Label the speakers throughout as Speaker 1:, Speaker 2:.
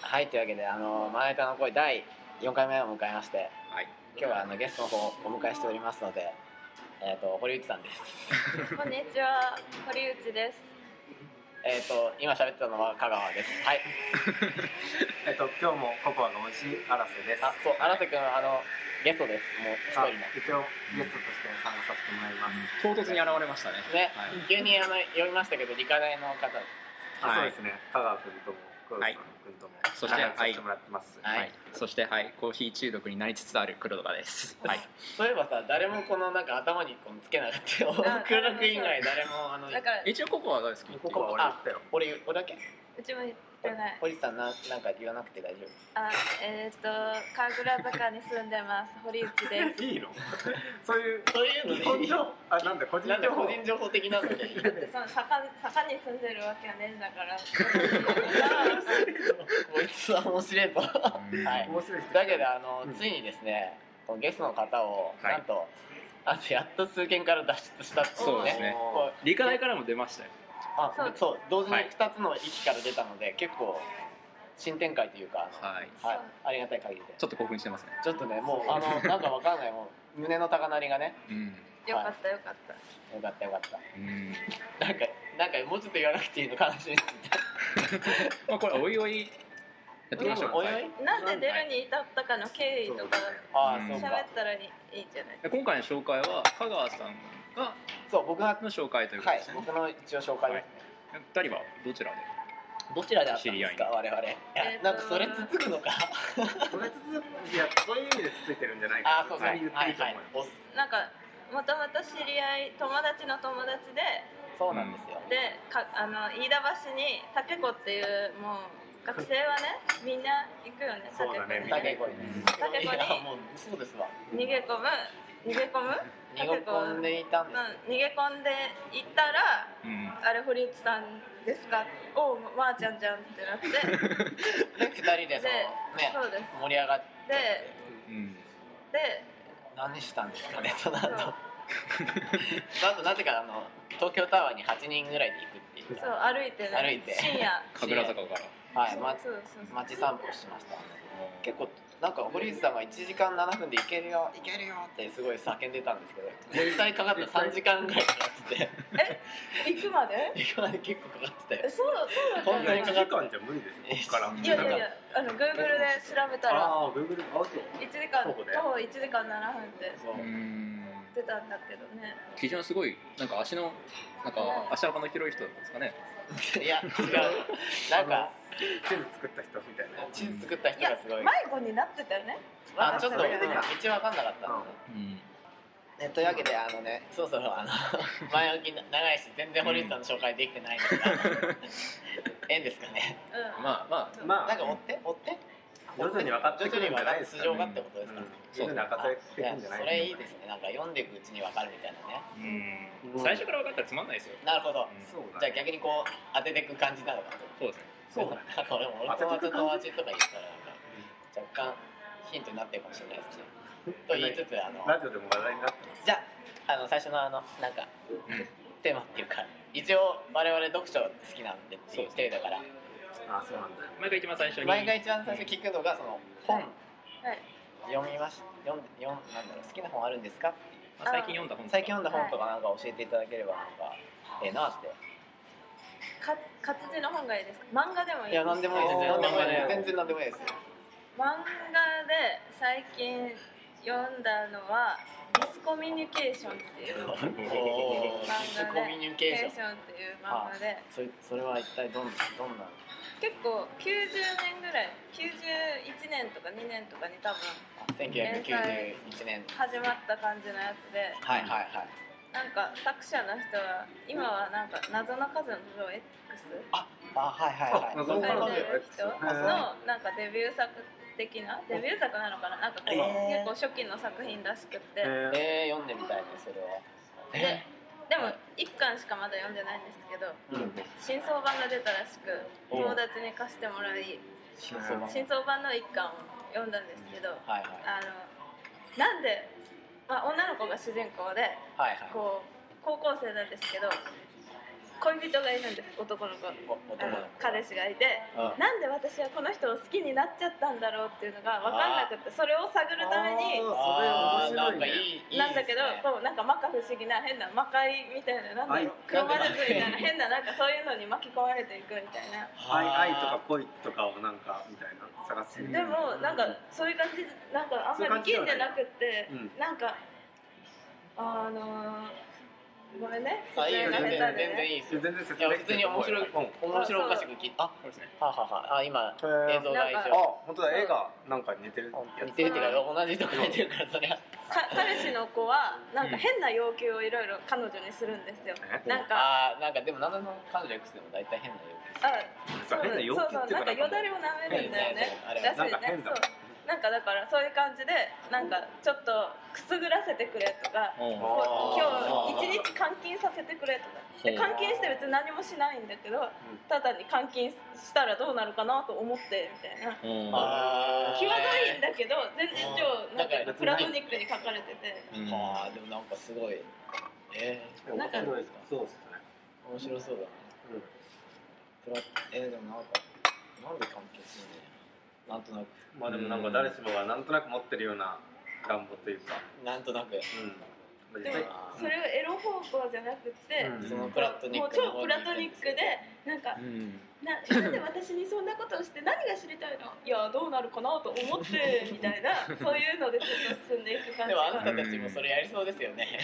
Speaker 1: はいというわけであのまな板の声第4回目を迎えまして
Speaker 2: はい。
Speaker 1: 今日はあのゲストの方をお迎えしておりますので、えっと堀内さんです
Speaker 3: こんにちは、堀内です。
Speaker 1: えっ、と今喋ってたのは香川ですはい
Speaker 4: えっと、今日もココアの美味しい荒瀬です。
Speaker 1: あそう荒瀬君あのゲストですもう一
Speaker 4: あ
Speaker 1: 人の
Speaker 4: 一応ゲストとして参加させてもらいます。
Speaker 2: 唐突に現れましたね。
Speaker 1: ね、
Speaker 2: はい
Speaker 1: 急にあの呼びましたけど理科大の方
Speaker 4: あ
Speaker 2: はい
Speaker 4: そうですね。香川君とも黒田さん君とも、
Speaker 2: そして
Speaker 4: 仲良くさせてもらってます。
Speaker 1: はい
Speaker 2: はい。そしてはい、コーヒー中毒になりつつある黒田です。はい。
Speaker 1: そういえばさ誰もこのなんか頭にこのつけなかったよ
Speaker 3: あ
Speaker 1: 黒田君以外誰もあの
Speaker 3: だから、う
Speaker 2: 一応ここはどうですか。
Speaker 4: ココア俺言ったよ。
Speaker 1: 俺俺だけ
Speaker 3: ちも言ってない。
Speaker 1: 堀内さんななんか言わなくて大丈夫
Speaker 3: あ、えっ、と、神楽坂に住んでます。堀内です。
Speaker 4: いいの？ そういう
Speaker 1: そういうの
Speaker 4: 日本
Speaker 1: でいい
Speaker 4: 情報あなんだ個人
Speaker 1: なんで
Speaker 4: 情報
Speaker 1: 個人情報的なので
Speaker 3: だ ってその坂、坂に住んでるわけはねえんだから。
Speaker 1: こいつは面白いぞとは
Speaker 4: 面白い
Speaker 1: いいうわけであの、
Speaker 4: うん
Speaker 1: ついにですねこのゲストの方を、
Speaker 2: はい
Speaker 1: なんとあとやっと数件から脱出したってい
Speaker 2: そうですね
Speaker 1: こう
Speaker 2: 理科大からも出ましたよ。
Speaker 1: あ
Speaker 3: そう
Speaker 1: でそう同時に
Speaker 2: はい
Speaker 1: 2つの域から出たので、結構新展開というか、
Speaker 2: はい。
Speaker 1: あのはい
Speaker 3: そう、
Speaker 1: ありがたい限りで
Speaker 2: ちょっと興奮してますね。
Speaker 1: ちょっとねもうあのなんかわかんないもう胸の高鳴りがね
Speaker 2: うん。
Speaker 3: よかった、よかった。
Speaker 1: よかったよかった
Speaker 2: うん。
Speaker 1: なんかなんかもうちょっと言わなくていいの悲しいです
Speaker 2: まあこれおいおいやってみましょう。
Speaker 1: おいお
Speaker 2: はい
Speaker 1: い
Speaker 3: なんで出るに至ったかの経緯とか、
Speaker 1: ああ
Speaker 2: うん
Speaker 1: そう
Speaker 3: 喋
Speaker 1: か
Speaker 3: ったらにいいんじゃない。
Speaker 2: 今回の紹介は香川さんが
Speaker 1: そう僕がは
Speaker 2: の紹介ということ
Speaker 1: い
Speaker 2: ですね。
Speaker 1: 僕の一応紹介ですね、
Speaker 2: 二人はどちらで。
Speaker 1: どちらで会ったんですか
Speaker 2: 知
Speaker 1: 我々いや、
Speaker 3: えーと
Speaker 1: なんかそれつつくのか
Speaker 4: それつついやそういう意味でつついてるんじゃない
Speaker 1: あ
Speaker 4: かな。
Speaker 1: ーそうか
Speaker 4: 普通に言っ
Speaker 1: はいは
Speaker 4: ていい
Speaker 1: い
Speaker 4: と思うよ。
Speaker 1: お
Speaker 3: なんか、もともと知り合い、友達の友達で、
Speaker 1: そうなんですよ、
Speaker 3: で、か、あの、飯田橋に、竹子っていう、もう。学生はね、みんな行くよね。
Speaker 4: そうだねう
Speaker 1: う、
Speaker 4: んん
Speaker 1: 竹子に
Speaker 3: 竹子に
Speaker 1: いやもうそうですわ
Speaker 3: 逃げ込む逃げ込む、
Speaker 1: 逃げ込んでいたん
Speaker 3: う
Speaker 1: で
Speaker 3: ん
Speaker 1: す、、
Speaker 3: 逃げ込んで行ったら
Speaker 2: うん。
Speaker 3: 「あれ堀内さんですか?」「おうまー、ちゃんじゃん」って なって
Speaker 1: で二人でその
Speaker 3: で
Speaker 1: ね
Speaker 3: そうです
Speaker 1: 盛り上がって
Speaker 3: で
Speaker 2: うん。
Speaker 3: で
Speaker 1: 何したんですかねその後
Speaker 3: そう
Speaker 1: なんとなぜかあの東京タワーに8人ぐらいで行くっていう
Speaker 3: そう歩いてね
Speaker 1: 歩いて
Speaker 3: 深夜
Speaker 2: 神楽坂から。。
Speaker 1: はい、
Speaker 3: そう
Speaker 1: ま、
Speaker 3: そうそうそう
Speaker 1: 街散歩をしました結構なんか堀内さんが1時間7分で行けるよ行けるよってすごい叫んでたんですけど絶対かかった3時間ぐらいかかってて
Speaker 3: 行くまで
Speaker 1: 今まで結構かかってた
Speaker 3: え
Speaker 1: よ
Speaker 3: そうだそうだった
Speaker 1: 本当に
Speaker 4: 1時間じゃ無理でしょ。ここから。
Speaker 3: いやいやいやあの Google で調べたら
Speaker 4: ああ、グーグルあそう。
Speaker 3: 1時間
Speaker 4: 徒
Speaker 3: 徒
Speaker 4: 歩
Speaker 3: 歩
Speaker 4: で
Speaker 3: 1時間7分って
Speaker 1: そううん
Speaker 3: 出たんだけどね
Speaker 2: 基準はすごいなんか足のなんか足幅の広い人だったんですかね。
Speaker 1: いや違うなんか
Speaker 4: 地図作った人みたいな。
Speaker 1: 地図作った人
Speaker 3: いや
Speaker 1: がすごい
Speaker 3: 迷子になってたよね
Speaker 1: あちょっと、
Speaker 4: そ
Speaker 1: うん
Speaker 4: れでか
Speaker 1: 道わかんなかったの、
Speaker 2: うん。
Speaker 1: ね、というわけであのねそろそろ あの前置き長いし全然堀内さんの紹介できてないんですがええんですかね
Speaker 3: うん
Speaker 2: まあまあ
Speaker 4: まあ
Speaker 1: なんか追って追って
Speaker 4: 徐々に分かってくるんじゃないですか
Speaker 1: 徐々に分かって素性がってことですか、
Speaker 4: 徐々に明かされてくるんじゃない
Speaker 1: それいいですねなんか読んでいくうちに分かるみたいなね
Speaker 2: うん最初から分かったらつまんないですよ。
Speaker 1: なるほど、
Speaker 2: うん
Speaker 4: そうだね
Speaker 1: じゃあ逆にこう当てていく感じなのか
Speaker 2: そうですね。
Speaker 4: そうだね
Speaker 1: なんか俺も俺
Speaker 4: 当
Speaker 1: 友
Speaker 4: てて
Speaker 1: 達
Speaker 4: いく感
Speaker 1: と友達とか言ったらなんか若干ヒントになってるかもしれないですねと言いつつあの
Speaker 4: ラジオでも話題になってます
Speaker 1: じゃああの最初のあのなんかテーマっていうか一応我々読書好きなんでっていう程度から
Speaker 4: あそうなんだ
Speaker 2: 毎回一番最初に。
Speaker 1: 毎回一番最初聞くのがその本
Speaker 3: はい
Speaker 1: 読みまし読んで読んなんだろう好きな本あるんですか
Speaker 2: まあ最近読んだ本。
Speaker 1: 最近読んだ本とかなんか教えていただければなんかええなって
Speaker 3: か活字の本がいいですか漫画でもいい
Speaker 1: いや何でもいいです
Speaker 2: 全然
Speaker 1: 何でもいいで
Speaker 2: 漫画
Speaker 1: す
Speaker 2: で
Speaker 1: 全然何でもいいです
Speaker 3: 漫画で最近読んだのは「ミスコミュニケーション」ってい う
Speaker 1: おーミスコミュニ
Speaker 3: ケ
Speaker 1: ケーショ
Speaker 3: ー
Speaker 1: ン
Speaker 3: ションっていう漫画で
Speaker 1: それ それは一体どんどんな
Speaker 3: 結構90年ぐらい91年とか2年とかに多分
Speaker 1: 1991年
Speaker 3: 始まった感じのやつで
Speaker 1: はいはいはい
Speaker 3: なんか作者の人は今はなんか謎の数の女王 X
Speaker 1: ああはいはいはい
Speaker 4: 謎の数
Speaker 3: 書
Speaker 4: の女王
Speaker 3: いてる人のなんかデビュー作的なデビュー作なのかななんかこう、
Speaker 1: えー
Speaker 3: 結構初期の作品らしくって。
Speaker 1: えー、読んでみたいねそれは
Speaker 3: ででも1巻しかまだ読んでないんですけど
Speaker 1: うん
Speaker 3: 新装版が出たらしく
Speaker 1: おう
Speaker 3: 友達に貸してもらい
Speaker 1: 真相版
Speaker 3: 新装版の1巻を読んだんですけど
Speaker 1: はいはい
Speaker 3: あのなんで、まあ、女の子が主人公で
Speaker 1: はいはい
Speaker 3: こう高校生なんですけど恋人がいるんです男の子
Speaker 1: お男
Speaker 3: あ
Speaker 1: の子
Speaker 3: の彼氏がいて
Speaker 1: うん
Speaker 3: なんで私はこの人を好きになっちゃったんだろうっていうのが分かんなくてそれを探るために
Speaker 1: あー
Speaker 5: それ
Speaker 1: な
Speaker 5: 面白
Speaker 1: ん
Speaker 5: い
Speaker 1: かい
Speaker 5: ね
Speaker 1: いいい
Speaker 3: なん
Speaker 1: で
Speaker 3: だ
Speaker 1: す
Speaker 3: けど
Speaker 1: ね
Speaker 3: こうなんか摩訶不思議な変な魔界みたいななんだろう
Speaker 5: はい
Speaker 3: 黒魔族みたいな変ななんかそういうのに巻き込まれていくみたいな
Speaker 5: 愛愛とか恋とかをなんかみたいな探してる
Speaker 3: でもなんかそういう感じなんかあんまり力んでなくって
Speaker 5: うん
Speaker 3: なんかあのーごめんね
Speaker 1: あいいよ
Speaker 3: 説明が
Speaker 1: 全然全然
Speaker 3: 下手でね
Speaker 1: いいです
Speaker 5: 全
Speaker 1: よ
Speaker 5: 然説
Speaker 1: いや
Speaker 5: 明
Speaker 1: 普通に面白い
Speaker 5: うんへ
Speaker 1: 面白おかしく聞いたは
Speaker 2: そうですね。
Speaker 1: あはあはああ今映像
Speaker 5: ー
Speaker 1: が
Speaker 3: なんか
Speaker 5: あ
Speaker 1: 一緒
Speaker 5: 本当だ絵がなんか似てるやつ
Speaker 1: 似てるっていうか同じとこ似てるからそれは
Speaker 3: か彼氏の子はなんか変な要求をいろいろ彼女にするんですよ
Speaker 5: え
Speaker 3: なんか
Speaker 1: あーなんかでも何の彼女いくつでも大体変な
Speaker 3: あ
Speaker 5: さ変な要求
Speaker 3: そうそ
Speaker 5: って
Speaker 3: うなか
Speaker 5: いうんか
Speaker 3: よだれを舐めるんだよね
Speaker 1: あれ
Speaker 3: らしい
Speaker 5: な
Speaker 3: ね
Speaker 5: んか変
Speaker 3: そ
Speaker 5: だ
Speaker 3: うなんかだからそういう感じでなんかちょっとくすぐらせてくれとか
Speaker 2: お
Speaker 1: あ
Speaker 2: う
Speaker 1: ー
Speaker 3: こう今日一日監禁させてくれとかで
Speaker 2: ほう
Speaker 3: 監禁して別に何もしないんだけどただに監禁したらどうなるかなと思ってみたいな
Speaker 2: おう
Speaker 1: あー
Speaker 3: 際どいんだけど全然今日なん
Speaker 1: なんか
Speaker 3: かプラトニックに書かれてて
Speaker 2: うん
Speaker 1: はあでもなんかすごいえー
Speaker 5: 面白いですそうですね
Speaker 1: 面白そうだねプ
Speaker 5: うん
Speaker 1: ラえーでもなんかなんで関係するのなんとなく
Speaker 5: まあでもなんか誰しもがなんとなく持ってるような願望というか
Speaker 1: なんとなく
Speaker 5: うん
Speaker 3: でもそれをエロ方向じゃなくて
Speaker 5: うん
Speaker 1: そのプラトニッ
Speaker 3: もう
Speaker 1: クの方
Speaker 3: 超プ
Speaker 1: に行
Speaker 3: ラ
Speaker 1: きたい
Speaker 3: トニ
Speaker 1: んで
Speaker 3: ッ
Speaker 1: す
Speaker 3: ク
Speaker 1: けど
Speaker 3: でなんか
Speaker 2: うん
Speaker 3: ななんで私にそんなことをして何が知りたいのいやどうなるかなと思ってみたいなそういうのでちょっと進んでいく感
Speaker 1: で
Speaker 3: じ
Speaker 1: もあな
Speaker 3: が
Speaker 1: たたちもそれやりそうですよね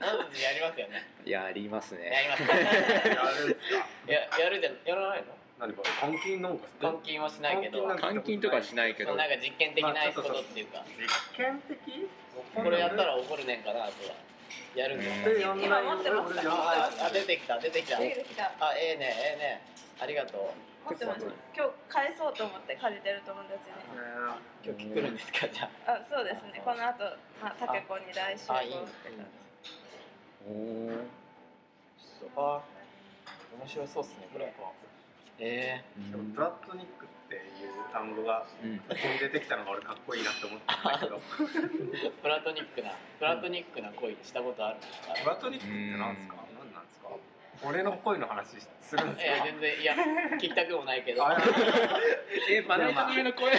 Speaker 1: あなたたちやりますよね
Speaker 2: やります
Speaker 1: や
Speaker 2: ね。
Speaker 1: ります
Speaker 5: やるんですか
Speaker 1: ややるじゃんやらないの
Speaker 5: 何これ監禁なんかして
Speaker 1: 監禁はしないけど
Speaker 5: 監禁なん
Speaker 2: 監禁とかしないけ
Speaker 1: そ
Speaker 2: ど
Speaker 1: のな。んか実験的な
Speaker 5: まあちょ
Speaker 1: こ
Speaker 5: っとそう
Speaker 1: とっていうか、
Speaker 5: 実験的
Speaker 1: これやったら怒るねんかなとかやるんですか、
Speaker 2: うん
Speaker 5: でやんない
Speaker 3: 今持ってます
Speaker 5: 俺やんない
Speaker 1: ああ出てきた出てきたあ
Speaker 3: 出てきた
Speaker 1: ええねええねありがとう
Speaker 3: 持ってます今日返そうと思って借りてる友達に
Speaker 1: 今日
Speaker 5: ね
Speaker 1: 来るんですかじゃ
Speaker 3: あそうですねこの後、まあタケコに来週
Speaker 1: ああいいね
Speaker 2: おお。
Speaker 1: ちょっとあ面白そうっすねこれえ
Speaker 2: う
Speaker 5: でも
Speaker 2: ん
Speaker 5: プラトニックっていう単語が
Speaker 2: うん
Speaker 5: 途中に出てきたのが俺かっこいいなって思ったんだ けど
Speaker 1: ー、プラトニックなプラトニックな恋したことあるんですか、
Speaker 5: プラトニックってなんですか何なんですか俺の恋の話するんです
Speaker 1: えー、
Speaker 5: か
Speaker 1: 全然いや聞きたくもないけど
Speaker 5: あれ
Speaker 2: え、バナナの上の声。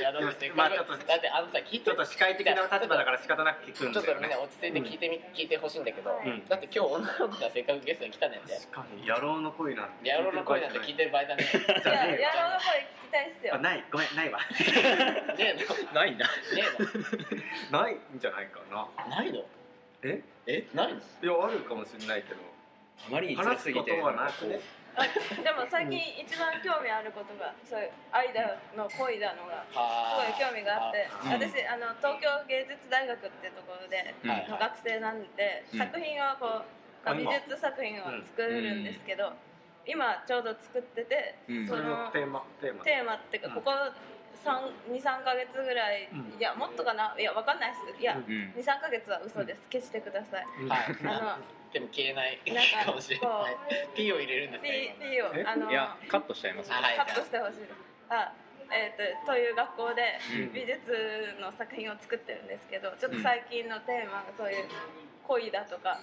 Speaker 1: いやだって、
Speaker 5: まあちょっと
Speaker 1: だってあのさ聞いて
Speaker 5: ちょっと司会的な立場だから仕方なく聞くん
Speaker 1: ちょっ
Speaker 5: だ
Speaker 1: と
Speaker 5: よ
Speaker 1: みん
Speaker 5: ね
Speaker 1: な落ち着いて聞いてみ、聞いてほしいんだけど、
Speaker 3: はい
Speaker 5: うん
Speaker 1: だって今日女の子がせっかくゲストに来たねんで
Speaker 5: 確かに野郎の恋なんて
Speaker 1: やろうの声なんて聞いてる場合 だねね
Speaker 3: いや野郎の声聞きたいっすよ
Speaker 5: あないごめんないわ
Speaker 1: えのね
Speaker 2: ないんだ。
Speaker 5: ないんじゃないかな
Speaker 1: えのないの
Speaker 5: え
Speaker 1: えないの
Speaker 5: いやあるかもしれないけど
Speaker 2: あまりに辛すぎて。
Speaker 5: 話すことはなくね
Speaker 3: でも最近一番興味あることがそういう愛だの恋だのがすご
Speaker 1: あ
Speaker 3: い興味があって
Speaker 5: あ
Speaker 2: ーうん
Speaker 3: 私あの東京芸術大学っていうところで
Speaker 2: うん
Speaker 1: はい
Speaker 3: の学生なんで、
Speaker 2: うん
Speaker 3: 作品をこう、まあ
Speaker 5: あ
Speaker 3: 美
Speaker 5: 今
Speaker 3: 術作品を作るんですけど、今ちょうど作ってて、
Speaker 2: うん
Speaker 3: そ
Speaker 5: それ
Speaker 3: の
Speaker 5: のテーマテーマ
Speaker 3: テーマっていうか
Speaker 5: うん
Speaker 3: ここ23か月ぐらい、
Speaker 5: うん
Speaker 3: いやもっとかないやわかんないですいや、
Speaker 5: うん
Speaker 2: うん。
Speaker 3: 23か月は嘘です消してください。
Speaker 5: うん
Speaker 1: はい
Speaker 3: あの
Speaker 1: でも消えない
Speaker 3: なんか
Speaker 1: かもしれない
Speaker 3: こ
Speaker 1: P を入れるんですね
Speaker 3: P, P を
Speaker 5: え
Speaker 3: あの
Speaker 2: いや、カットしちゃいます
Speaker 1: あ
Speaker 2: よ。
Speaker 1: はい
Speaker 3: カットしてほしいです。あえー、とという学校で
Speaker 2: うん
Speaker 3: 美術の作品を作ってるんですけどちょっと最近のテーマがそういう恋だとか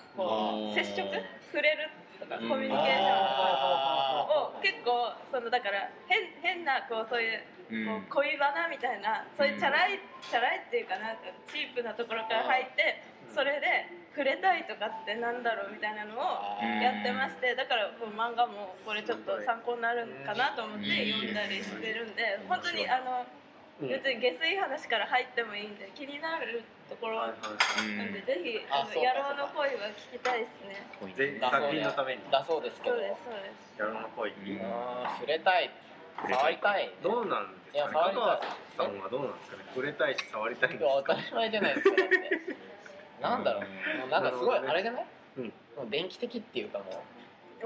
Speaker 2: うん
Speaker 3: こう接触触れるとか
Speaker 2: うん
Speaker 3: コミュニケーション
Speaker 1: あ
Speaker 3: を結構そのだから変変なこうそういう
Speaker 2: うん
Speaker 3: こう恋バナみたいなそういうチャラいチャラいっていうかなんかチープなところから入ってそれで触れたいとかってなんだろうみたいなのを
Speaker 1: あ
Speaker 2: うん
Speaker 1: ー
Speaker 3: やってましてだからもう漫画もこれちょっと参考になるかなと思って読んだりしてるんで本当にあの。
Speaker 5: うん
Speaker 3: 別に下水話から入ってもいいんで気になるところ
Speaker 5: はいは
Speaker 3: ないん
Speaker 5: は
Speaker 2: うん
Speaker 3: でぜひ
Speaker 1: あ
Speaker 3: あの
Speaker 1: そう
Speaker 3: 野
Speaker 1: か
Speaker 3: 郎の声は聞きたいですね
Speaker 2: こうい
Speaker 5: いうぜ
Speaker 2: だ
Speaker 5: 作品のために
Speaker 1: だそうですけ
Speaker 3: そ
Speaker 1: ど
Speaker 3: うですそうです
Speaker 5: 野郎の恋
Speaker 2: うん
Speaker 1: あー触れたい触りたい
Speaker 5: どうなんですかね
Speaker 1: いや触りたい
Speaker 5: 香川さんはどうなんですかね触れたいし触りたいんです
Speaker 1: 当
Speaker 5: か
Speaker 1: たり前じゃないですかだってなんだろうもうなんかすごい
Speaker 5: なるほどね
Speaker 1: あれじゃない、
Speaker 5: うん
Speaker 1: もう電気的っていうかも